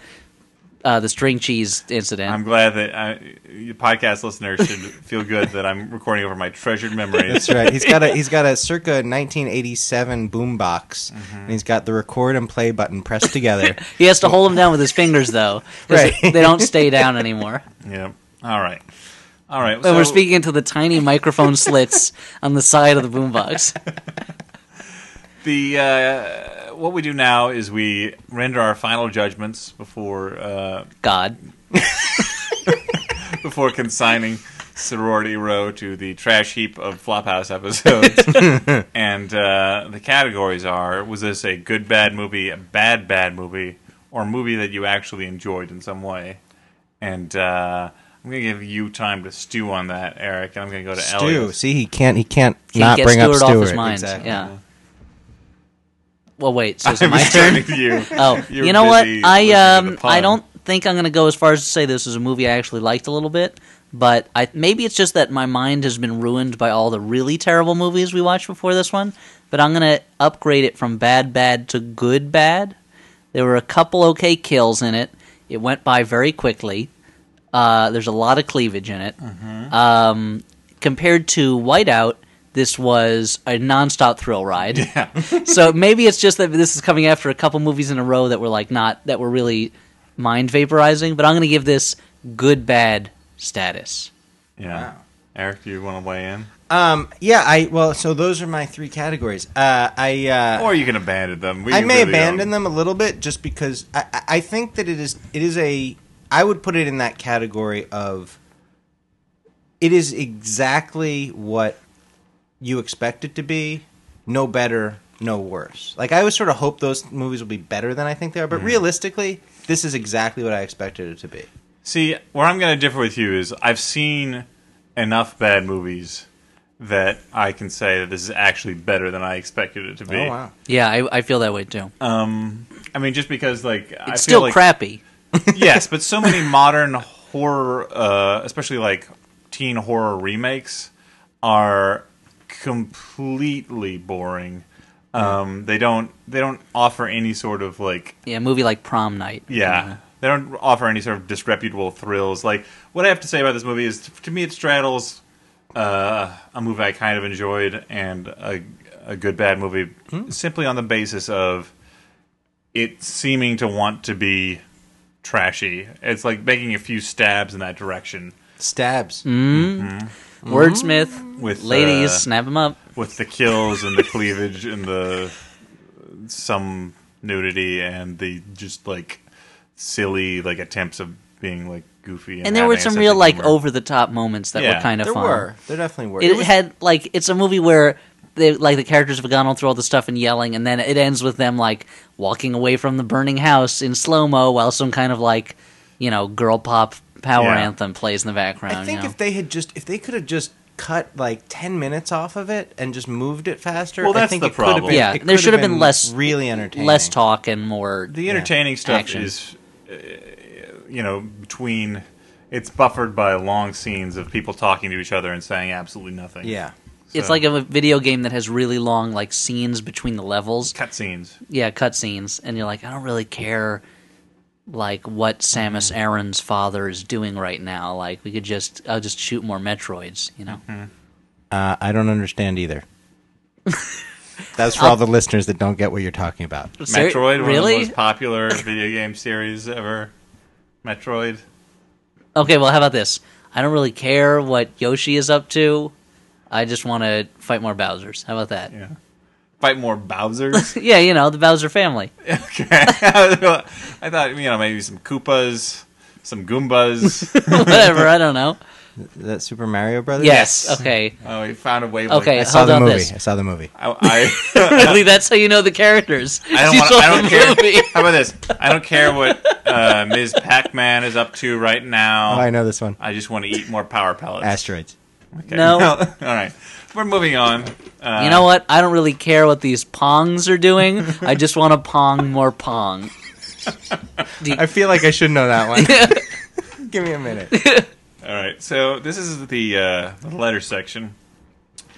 uh, the string cheese incident. I'm glad that I, your podcast listeners should feel good that I'm recording over my treasured memories. That's right. He's got a he's got a circa 1987 boombox, and he's got the record and play button pressed together. he has to hold them down with his fingers, though. 'cause Right. They don't stay down anymore. yeah. All right. All right. But so- we're speaking into the tiny microphone slits on the side of the boombox. the uh, what we do now is we render our final judgments before uh, God. before consigning sorority row to the trash heap of flophouse episodes and uh, the categories are was this a good bad movie a bad bad movie or a movie that you actually enjoyed in some way and uh, i'm going to give you time to stew on that eric and i'm going to go to Stu, Elliot. see, he can't he can't Can't not get bring up Stewart Stewart. off his mind. Exactly. Yeah. Well, wait. So is it I'm my turn? turning to you Oh, You're you know what? busy I listening to um, the I pun. don't think I'm going to go as far as to say this was a movie I actually liked a little bit, but I maybe it's just that my mind has been ruined by all the really terrible movies we watched before this one. But I'm going to upgrade it from bad bad to good bad. There were a couple okay kills in it. It went by very quickly. Uh, there's a lot of cleavage in it. Mm-hmm. Um, compared to Whiteout, this was a nonstop thrill ride. so maybe it's just that this is coming after a couple movies in a row that were like not that were really mind vaporizing. But I'm going to give this good bad status. yeah Wow. eric do you want to weigh in Um, yeah, I well, so those are my three categories. Uh, I uh, or you can um, abandon them We I may really abandon don't- them a little bit just because I, I- I think that it is it is a I would put it in that category of it is exactly what you expect it to be, no better, no worse. Like I always sort of hope those movies will be better than I think they are, but realistically, this is exactly what I expected it to be. See, where I'm going to differ with you is I've seen enough bad movies that I can say that this is actually better than I expected it to be. Oh wow. Yeah, I, I feel that way too. I mean, just because like Uh, I feel it's still like, crappy. yes, but so many modern horror, uh, especially like teen horror remakes, are completely boring. Um, they don't they don't offer any sort of like Yeah, a movie like Prom Night. Yeah. They don't offer any sort of disreputable thrills. Like, what I have to say about this movie is, to me, it straddles uh, a movie I kind of enjoyed and a, a good bad movie simply on the basis of it seeming to want to be trashy. It's like making a few stabs in that direction Stabs. Mm-hmm. Wordsmith, with ladies, uh, snap him up. with the kills and the cleavage and the some nudity and the just like silly like attempts of being like goofy and, And there were having a some sense real of like humor. over the top moments that were Yeah, kind of There fun. were. There definitely were. It, It was- had like it's a movie where they like the characters have gone all through all the stuff and yelling, and then it ends with them like walking away from the burning house in slow mo while some kind of like you know girl pop power Yeah. anthem plays in the background. I think you know? if they had just if they could have just cut like 10 minutes off of it and just moved it faster Well, I that's think the it could have problem. been- Yeah, it there could should have been less- really entertaining less talk and more. the entertaining stuff Action. is uh, you know between it's buffered by long scenes of people talking to each other and saying absolutely nothing yeah it's so- like a video game that has really long like scenes between the levels. cut scenes yeah, cutscenes, and you're like, I don't really care, like what Mm. Samus Aran's father is doing right now. Like, we could just, I'll just shoot more Metroids, you know. uh, I don't understand either that's for all the listeners that don't get what you're talking about Ser- metroid one of the really? most popular video game series ever metroid Okay, well, how about this? I don't really care what Yoshi is up to. I just want to fight more Bowser's. How about that? Yeah, yeah fight more bowsers you know the Bowser family. I thought, you know, maybe some Koopas, some Goombas. Whatever. I don't know. Is that Super Mario Brothers Yes. Okay. oh, he found a way. with- Okay. I saw how the about movie this? I saw the movie I, I, Really, that's how you know the characters. I don't You want. saw I don't the care. movie. How about this? I don't care what uh, Ms. Pac-Man is up to right oh now. I know this one I just want to eat more power pellets. asteroids Okay. No. All right. We're moving on. Uh, You know what? I don't really care what these pongs are doing. I just want to pong more pong. I feel like I should know that one give me a minute All right. So this is the uh, the letter section.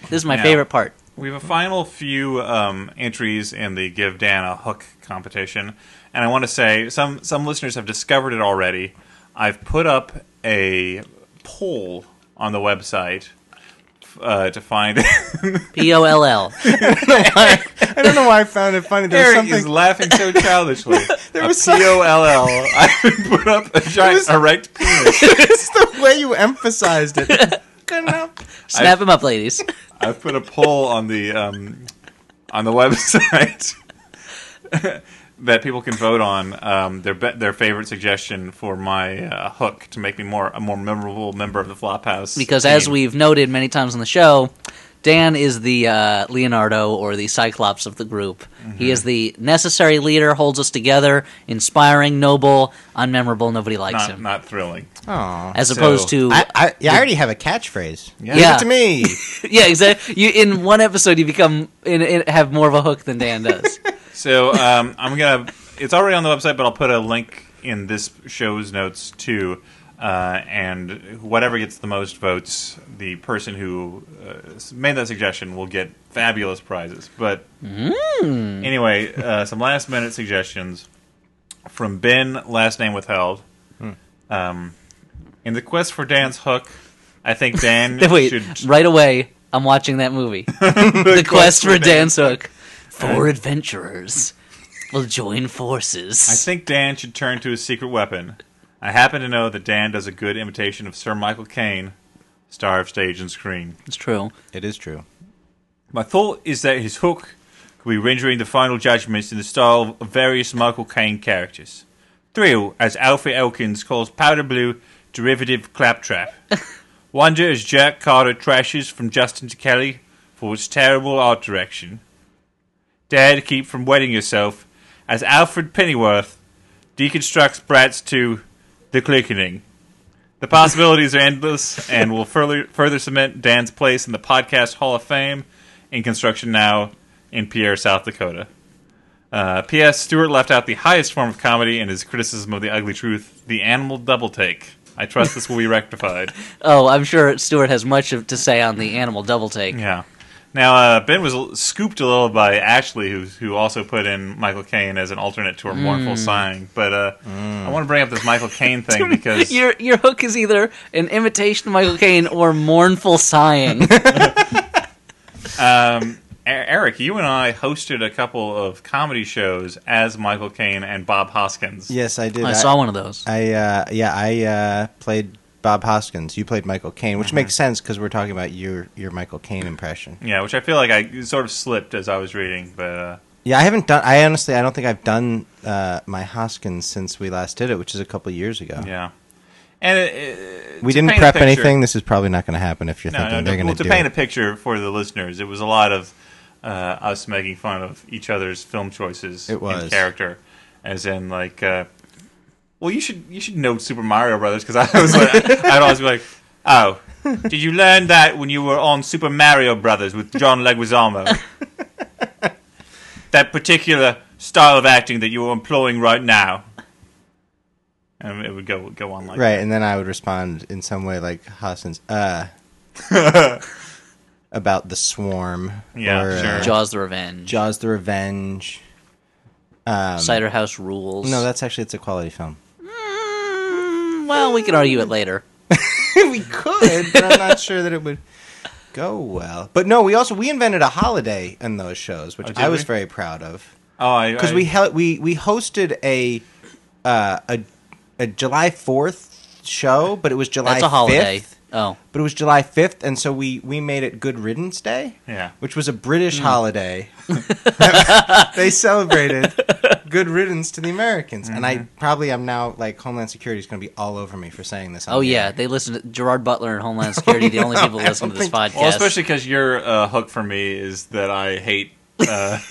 This is my Yeah. favorite part. We have a final few um, entries in the Give Dan a Hook competition, and I want to say some some listeners have discovered it already. I've put up a poll on the website uh, to find. P O L L. I don't know why I found it funny. There's Eric is something. laughing so childishly. There A was some- P-O-L-L. I put up a giant was- erect penis. it's the way you emphasized it. Good enough. Snap him up, ladies. I've put a poll on the um, on the website that people can vote on um, their be- their favorite suggestion for my uh, hook to make me more a more memorable member of the Flophouse. Because as team. we've noted many times on the show, Dan is the uh, Leonardo or the Cyclops of the group. He is the necessary leader, holds us together, inspiring, noble, unmemorable. Nobody likes not him. not thrilling. Aw. as opposed so- to I, I, yeah, I already have a catchphrase. Yeah. Give Yeah. it to me. yeah, exactly. You in one episode you become in, in, have more of a hook than Dan does. So um, I'm gonna. It's already on the website, but I'll put a link in this show's notes too. Uh, and whatever gets the most votes, the person who uh, made that suggestion will get fabulous prizes. But anyway, uh, some last minute suggestions from Ben, last name withheld. Um, in the quest for Dan's hook, I think Dan Wait, should right away, I'm watching that movie, The Quest for Dan's Hook. Four adventurers will join forces. I think Dan should turn to his secret weapon. I happen to know that Dan does a good imitation of Sir Michael Caine, star of stage and screen. it's true. it is true. My thought is that his hook could be rendering the final judgments in the style of various Michael Caine characters. Thrill, as Alfred Elkins calls Powder Blue, derivative claptrap. Wonder, as Jack Carter trashes from Justin to Kelly for its terrible art direction. Dare to keep from wetting yourself, as Alfred Pennyworth deconstructs brats to the quickening. The possibilities are endless and will further, further cement Dan's place in the podcast Hall of Fame in construction now in Pierre, South Dakota. Uh, P.S. Stewart left out the highest form of comedy in his criticism of the ugly truth, the animal double take. I trust this will be rectified. Oh, I'm sure Stuart has much of- to say on the animal double take. Yeah. Now uh, Ben was l- scooped a little by Ashley, who who also put in Michael Caine as an alternate to her mournful sighing. But uh, I want to bring up this Michael Caine thing because Your your hook is either an imitation of Michael Caine or mournful sighing. E- Eric, you and I hosted a couple of comedy shows as Michael Caine and Bob Hoskins. Yes, I did. I saw one of those. I uh, yeah, I uh, played Bob Hoskins. You played Michael Caine, which makes sense because we're talking about your your Michael Caine impression. Yeah, which I feel like I sort of slipped as I was reading, but uh, Yeah, I haven't done. I honestly, I don't think I've done uh, my Hoskins since we last did it, which is a couple years ago. yeah. And it, it, we to didn't paint a prep picture- anything. This is probably not going to happen if you're No, thinking no, they're to, going well, to do paint a it. picture for the listeners, it was a lot of uh, us making fun of each other's film choices It was. in character, as in like, uh, well, you should you should know Super Mario Brothers because I was like, I'd always be like, oh, did you learn that when you were on Super Mario Brothers with John Leguizamo? that particular style of acting that you are employing right now. And it would go go on like Right, and then I would respond in some way like Hoskins, uh, about the swarm. Yeah, or, sure. uh, Jaws the Revenge, Jaws the Revenge. Cider House Rules. No, that's actually it's a quality film. Mm, well, we can argue it later. we could, but I'm not sure that it would go well. But no, we also we invented a holiday in those shows, which Oh, did I was we? very proud of Oh, because we held we we hosted a uh, a a July Fourth show, but it was July That's a holiday. 5th, Oh, but it was July fifth, and so we we made it Good Riddance Day, Yeah. which was a British Hmm. holiday. they celebrated Good Riddance to the Americans, and I Mm-hmm. probably am now like Homeland Security is going to be all over me for saying this. on oh the yeah. air. They listen to Gerard Butler and Homeland Security. The only people who I listen to don't this think- podcast. Well, especially because your uh, hook for me is that I hate. Uh,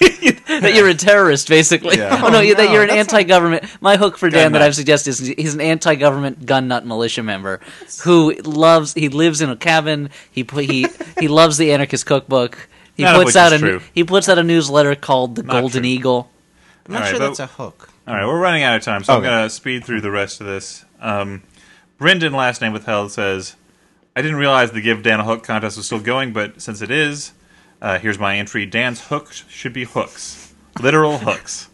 that you're a terrorist, basically. Yeah. Oh, no, Oh, that no, you're an that's anti-government. My hook for Dan Gun that nut. I've suggested is he's an anti-government gun nut militia member who loves. He lives in a cabin. He put he he loves the anarchist cookbook. He None of puts which out a is true. he puts out a newsletter called the Golden true. Eagle. I'm not All right, sure but- that's a hook. all right, we're running out of time, so I'm Okay. going to speed through the rest of this. Um, Brendan, last name withheld, says, "I didn't realize the Give Dan a Hook contest was still going, but since it is, uh, here's my entry: Dan's hooks should be hooks, literal hooks.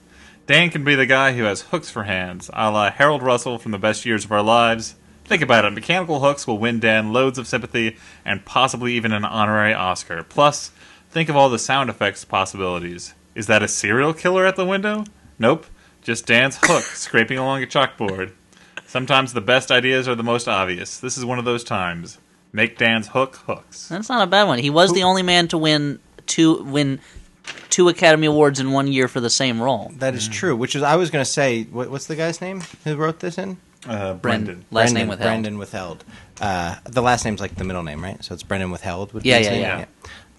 Dan can be the guy who has hooks for hands, a la Harold Russell from the best years of our lives. Think about it mechanical hooks will win Dan loads of sympathy and possibly even an honorary Oscar. Plus, think of all the sound effects possibilities. Is that a serial killer at the window? Nope, just Dan's hook scraping along a chalkboard. Sometimes the best ideas are the most obvious. This is one of those times. Make Dan's hook hooks. That's not a bad one. He was the only man to win two win two Academy Awards in one year for the same role. That Mm-hmm. is true. Which is I was going to say. What, what's the guy's name who wrote this in? Uh, Brendan. Last Brendan, name with Brendan withheld. Uh, the last name's like the middle name, right? So it's Brendan withheld. Would be Yeah, his yeah, name? yeah.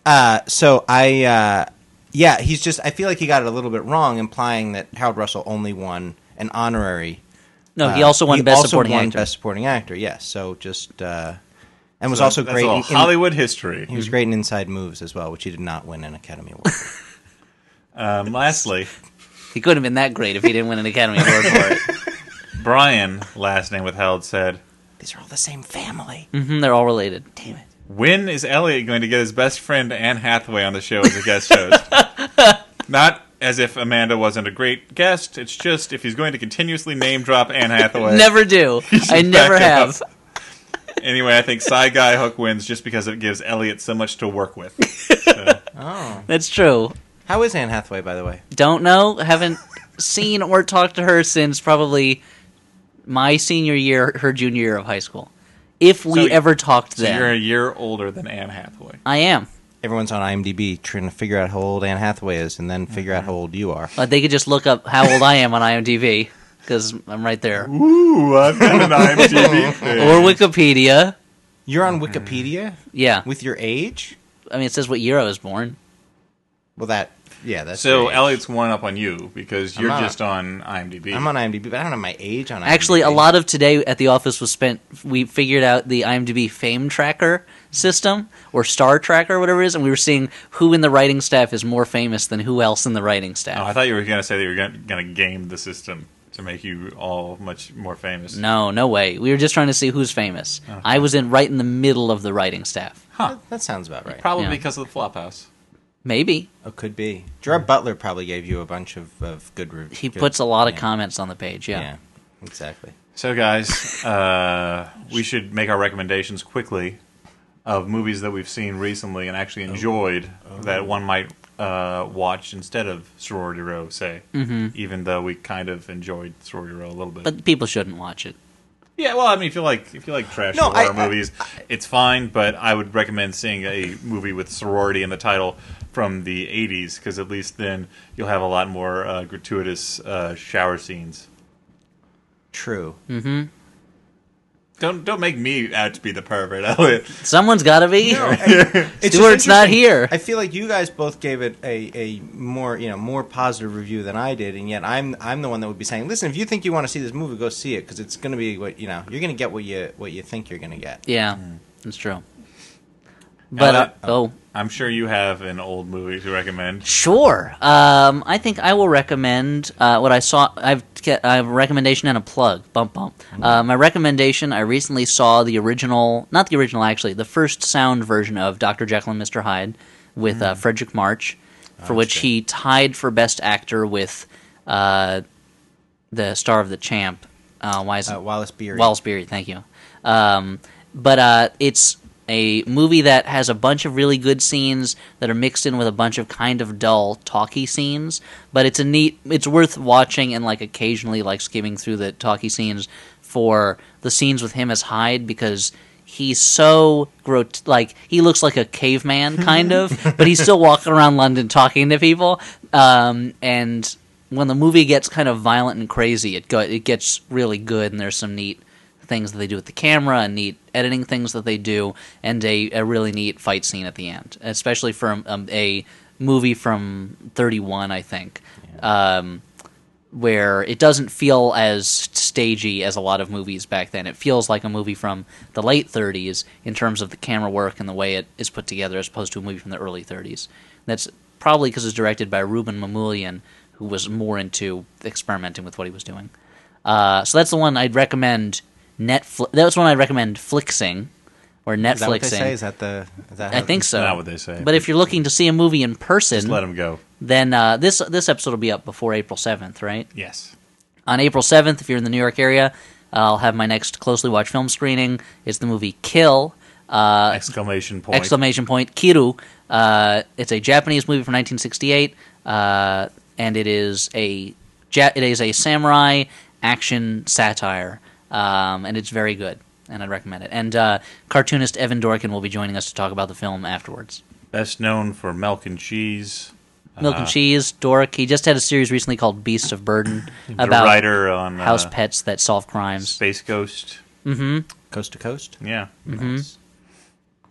Uh, so I, uh, yeah, he's just. I feel like he got it a little bit wrong, implying that Harold Russell only won an honorary. No, he uh, also won Best also Supporting won Actor. Best Supporting Actor. Yes. So just uh, and was So also that's great. all in- Hollywood history. he was great in Inside Moves as well, which he did not win an Academy Award. Um, lastly, He couldn't have been that great if he didn't win an Academy Award for it. Brian, last name withheld, said, These are all the same family. hmm they're all related. Damn it. When is Elliot going to get his best friend Anne Hathaway on the show as a guest host? Not as if Amanda wasn't a great guest. It's just if he's going to continuously name drop Anne Hathaway. Never do. I never back it have. up. Anyway, I think Side Guy Hook wins just because it gives Elliot so much to work with. Oh, That's true. how is Anne Hathaway, by the way? Don't know. Haven't seen or talked to her since probably my senior year, her junior year of high school. If we So- ever talked So you're a then. year older than Anne Hathaway. I am. Everyone's on IMDb trying to figure out how old Anne Hathaway is, and then figure Mm-hmm. out how old you are. But they could just look up how old I am on IMDb because I'm right there. Ooh, I've got an IMDb Oh. thing. Or Wikipedia. You're on Wikipedia Yeah. with your age. I mean, it says what year I was born. Well, that yeah, that's So your age. Elliot's one up on you because you're not. just on IMDb. I'm on IMDb, but I don't have my age on. IMDb. Actually, a lot of today at the office was spent. We figured out the IMDb fame tracker system or star tracker, whatever it is, and we were seeing who in the writing staff is more famous than who else in the writing Oh, I staff. thought you were going to say that you were going to game the system to make you all much more famous. no, no way. We were just trying to see who's famous. I was in right in the middle of the writing staff. Huh. that sounds about right. Probably Yeah. because of the Flophouse. Maybe Oh, could be. Gerard Butler probably gave you a bunch of, of good reviews. he puts a lot of yeah. comments on the page. Yeah. Yeah, exactly. So, guys, uh, we should make our recommendations quickly of movies that we've seen recently and actually enjoyed that one might uh, watch instead of Sorority Row, say. Mm-hmm. Even though we kind of enjoyed Sorority Row a little bit. but people shouldn't watch it. yeah, well, I mean, if you like if you like trash No, I- horror I- movies, it's fine. But I would recommend seeing a movie with sorority in the title from the '80s, because at least then you'll have a lot more uh, gratuitous uh, shower scenes. True. Hmm. Don't don't make me out to be the pervert, Elliot. Someone's got to be. It's Stuart's just not interesting. here. I feel like you guys both gave it a, a more you know more positive review than I did, and yet I'm I'm the one that would be saying, listen, if you think you want to see this movie, go see it because it's going to be what you know you're going to get what you what you think you're going to get. yeah, that's true. But uh, Elliot- oh. I'm sure you have an old movie to recommend. Sure. Um, I think I will recommend uh, what I saw. I've ca- I have a recommendation and a plug. Bump bump. Mm-hmm. Uh, my recommendation. I recently saw the original, not the original actually, the first sound version of Doctor Jekyll and Mister Hyde with Mm. uh, Frederick March, Oh, for which he tied for Best Actor with uh, the star of the Champ. Uh, why is Uh, Wallace Beery. Wallace Beery, thank you. Um, but uh, it's a movie that has a bunch of really good scenes that are mixed in with a bunch of kind of dull, talky scenes. But it's a neat, it's worth watching and like occasionally like skimming through the talky scenes for the scenes with him as Hyde because he's so grot like he looks like a caveman kind of but he's still walking around london talking to people um, and when the movie gets kind of violent and crazy it, go- it gets really good and there's some neat things that they do with the camera and neat editing things that they do and a, a really neat fight scene at the end especially from um, a movie from 31 i think um, where it doesn't feel as stagey as a lot of movies back then. It feels like a movie from the late 30s in terms of the camera work and the way it is put together, as opposed to a movie from the early 30s. That's probably because it's directed by Ruben Mamoulian, who was more into experimenting with what he was doing. Uh, so that's the one I'd recommend. Netflix. That's one I'd recommend flixing or Netflixing. Is that what they say? Is that the? Is that I how- think so. not what they say. But if you're looking to see a movie in person, Let him go. then uh, this this episode will be up before April seventh, right? Yes. on April 7th, if you're in the New York area, I'll have my next closely watched film screening. It's the movie Kill! Uh, Exclamation point. exclamation point Kiru. Uh, it's a Japanese movie from 1968, uh, and it is a ja- it is a samurai action satire, um, and it's very good. And I'd recommend it. And uh, cartoonist Evan Dorkin will be joining us to talk about the film afterwards. Best known for milk and cheese. Milk and Cheese, Dork. He just had a series recently called Beasts of Burden the about writer on uh, house pets that solve crimes. Space Ghost. Coast to coast. Yeah. Mm. Mm-hmm. Nice.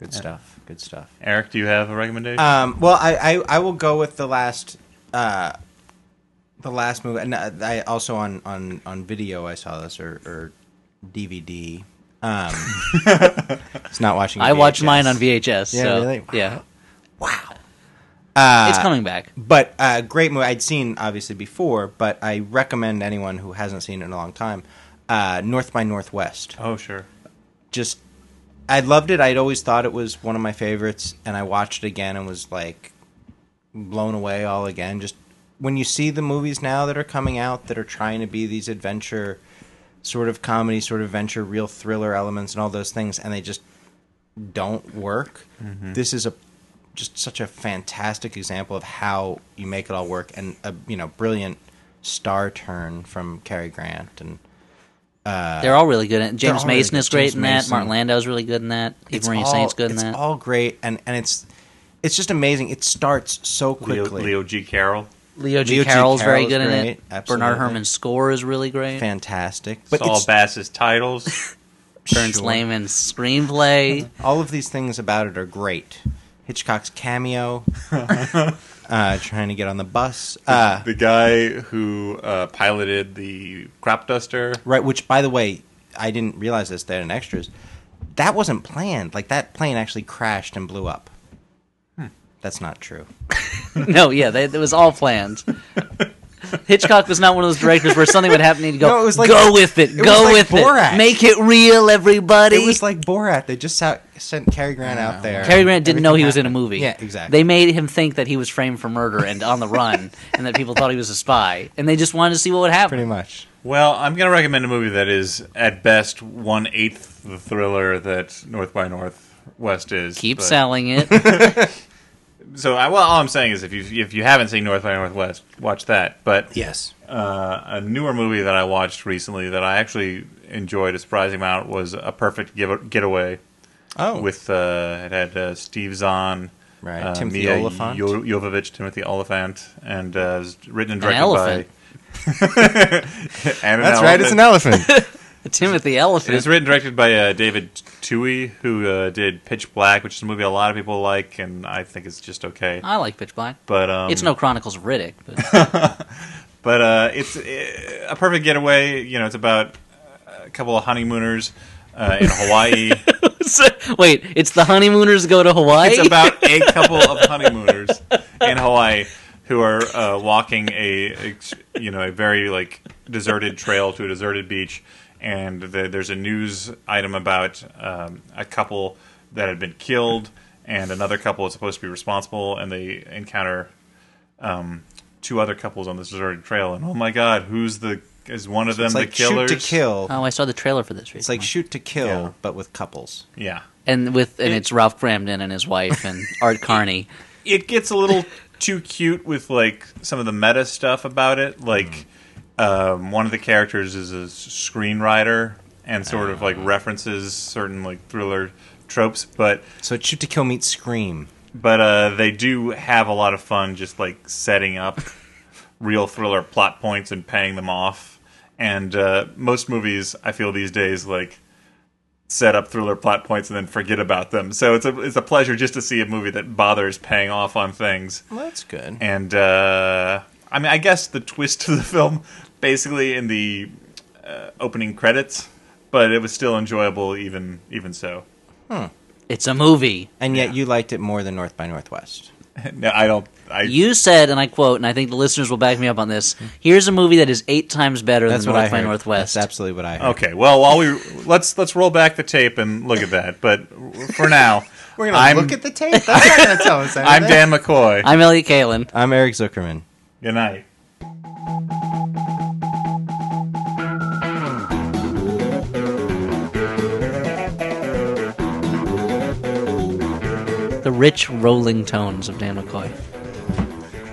Good stuff. Good stuff. Eric, do you have a recommendation? Um, well, I, I I will go with the last uh, the last movie, and uh, I also on on on video I saw this or, or DVD. Um, it's not watching. I watched VHS. mine on VHS. Yeah, so, really? Wow. Yeah, Uh, Uh, it's coming back. but uh, great movie. I'd seen obviously before, but I recommend anyone who hasn't seen it in a long time. Uh, North by Northwest. oh, sure. just I loved it. I'd always thought it was one of my favorites, and I watched it again and was like blown away all again. Just when you see the movies now that are coming out that are trying to be these adventure sort of comedy, sort of venture, real thriller elements and all those things, and they just don't work. This is a just such a fantastic example of how you make it all work, and a you know brilliant star turn from Cary Grant and uh, They're all really good. In, James all really Mason good. is great James in that. Mason. Martin Landau's really good in that. Eva Marie Saint's good in it's that. all great, and and it's it's just amazing. It starts so Leo, quickly. Leo G. Carroll. Leo G. Leo G. Carroll's very Carroll's good in great, it. Bernard absolutely. Herrmann's score is really great. Fantastic, but Saul it's Bass's titles. Terrence sure. Lehman's screenplay. All of these things about it are great. Hitchcock's cameo, uh, trying to get on the bus, uh, the guy who uh, piloted the crop duster. right? Which, by the way, I didn't realize this. There in extras, that wasn't planned. Like that plane actually crashed and blew up. Hmm. That's not true. no, yeah, they, it was all planned. Hitchcock was not one of those directors where something would happen and he'd go, No, it was like- "Go with it, it was go like with Borat. it, make it real, everybody." It was like Borat. They just sat, sent Cary Grant out there. Cary Grant didn't know he was in a Everything movie. happened. Yeah, exactly. They made him think that he was framed for murder and on the run, and that people thought he was a spy, and they just wanted to see what would happen. pretty much. Well, I'm going to recommend a movie that is at best one eighth the thriller that North by Northwest is. Keep but- selling it. So, I, well, all I'm saying is if you if you haven't seen North by Northwest, watch that. But Yes. uh, a newer movie that I watched recently that I actually enjoyed a surprising amount was A Perfect Give- Getaway. Oh, With uh, it had uh, Steve Zahn, Right, uh, Timothy Mia Oliphant. Yo- Jovovich, Timothy Oliphant, and uh, it was written and An directed elephant. by. and an That's right. elephant. It's an elephant. Timothy It Elephant. is written and directed by uh, David Tui, who uh, did Pitch Black, which is a movie a lot of people like, and I think it's just okay. Uh, I like Pitch Black. Oh, But um, It's no Chronicles of Riddick, but But uh, it's uh, a perfect getaway. You know, it's about a couple of honeymooners uh, in Hawaii. wait, it's the honeymooners go to Hawaii. it's about a couple of honeymooners in Hawaii who are uh, walking a, ex- you know a very like deserted trail to a deserted beach, and the, there's a news item about um, a couple that had been killed, and another couple is supposed to be responsible, and they encounter um, two other couples on this deserted trail, and oh my god, who's the is one of them It's like the killer? shoot to kill. oh, I saw the trailer for this. It's like shoot to kill, Yeah. but with couples. Yeah. and with and it's Ralph Cramden and his wife and Art Carney. it gets a little too cute with like some of the meta stuff about it. Like um, one of the characters is a screenwriter and sort of like references certain like thriller tropes, but So it's shoot to kill meets scream. but uh, they do have a lot of fun just like setting up real thriller plot points and paying them off. And uh, most movies, I feel these days, like set up thriller plot points and then forget about them. So it's a it's a pleasure just to see a movie that bothers paying off on things Well, that's good. and uh, I mean, I guess the twist of the film, basically in the uh, opening credits, but it was still enjoyable even even so. It's a movie. And yet you liked it more than North by Northwest. no, I don't. I You said, and I quote, and I think the listeners will back me up on this. Here's a movie that is eight times better Hmm. That's than what North I by heard. Northwest. That's absolutely what I heard. okay. Well, while we let's let's roll back the tape and look at that. But for now, We're gonna I'm- look at the tape. That's not gonna tell us anything. I'm Dan McCoy. I'm Elliot Kalin. I'm Eric Zuckerman. Good night. The rich rolling tones of Dan McCoy.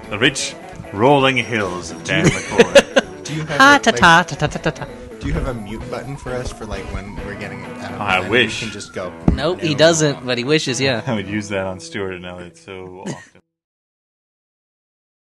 The rich rolling hills of Dan McCoy. Do you have Ta a, Ah, ta like, ta ta ta ta ta ta. Do you have a mute button for us for like when we're getting out of I line? wish. You can just go. Nope, he No. doesn't, but he wishes, yeah. I would use that on Stuart and Elliot so often.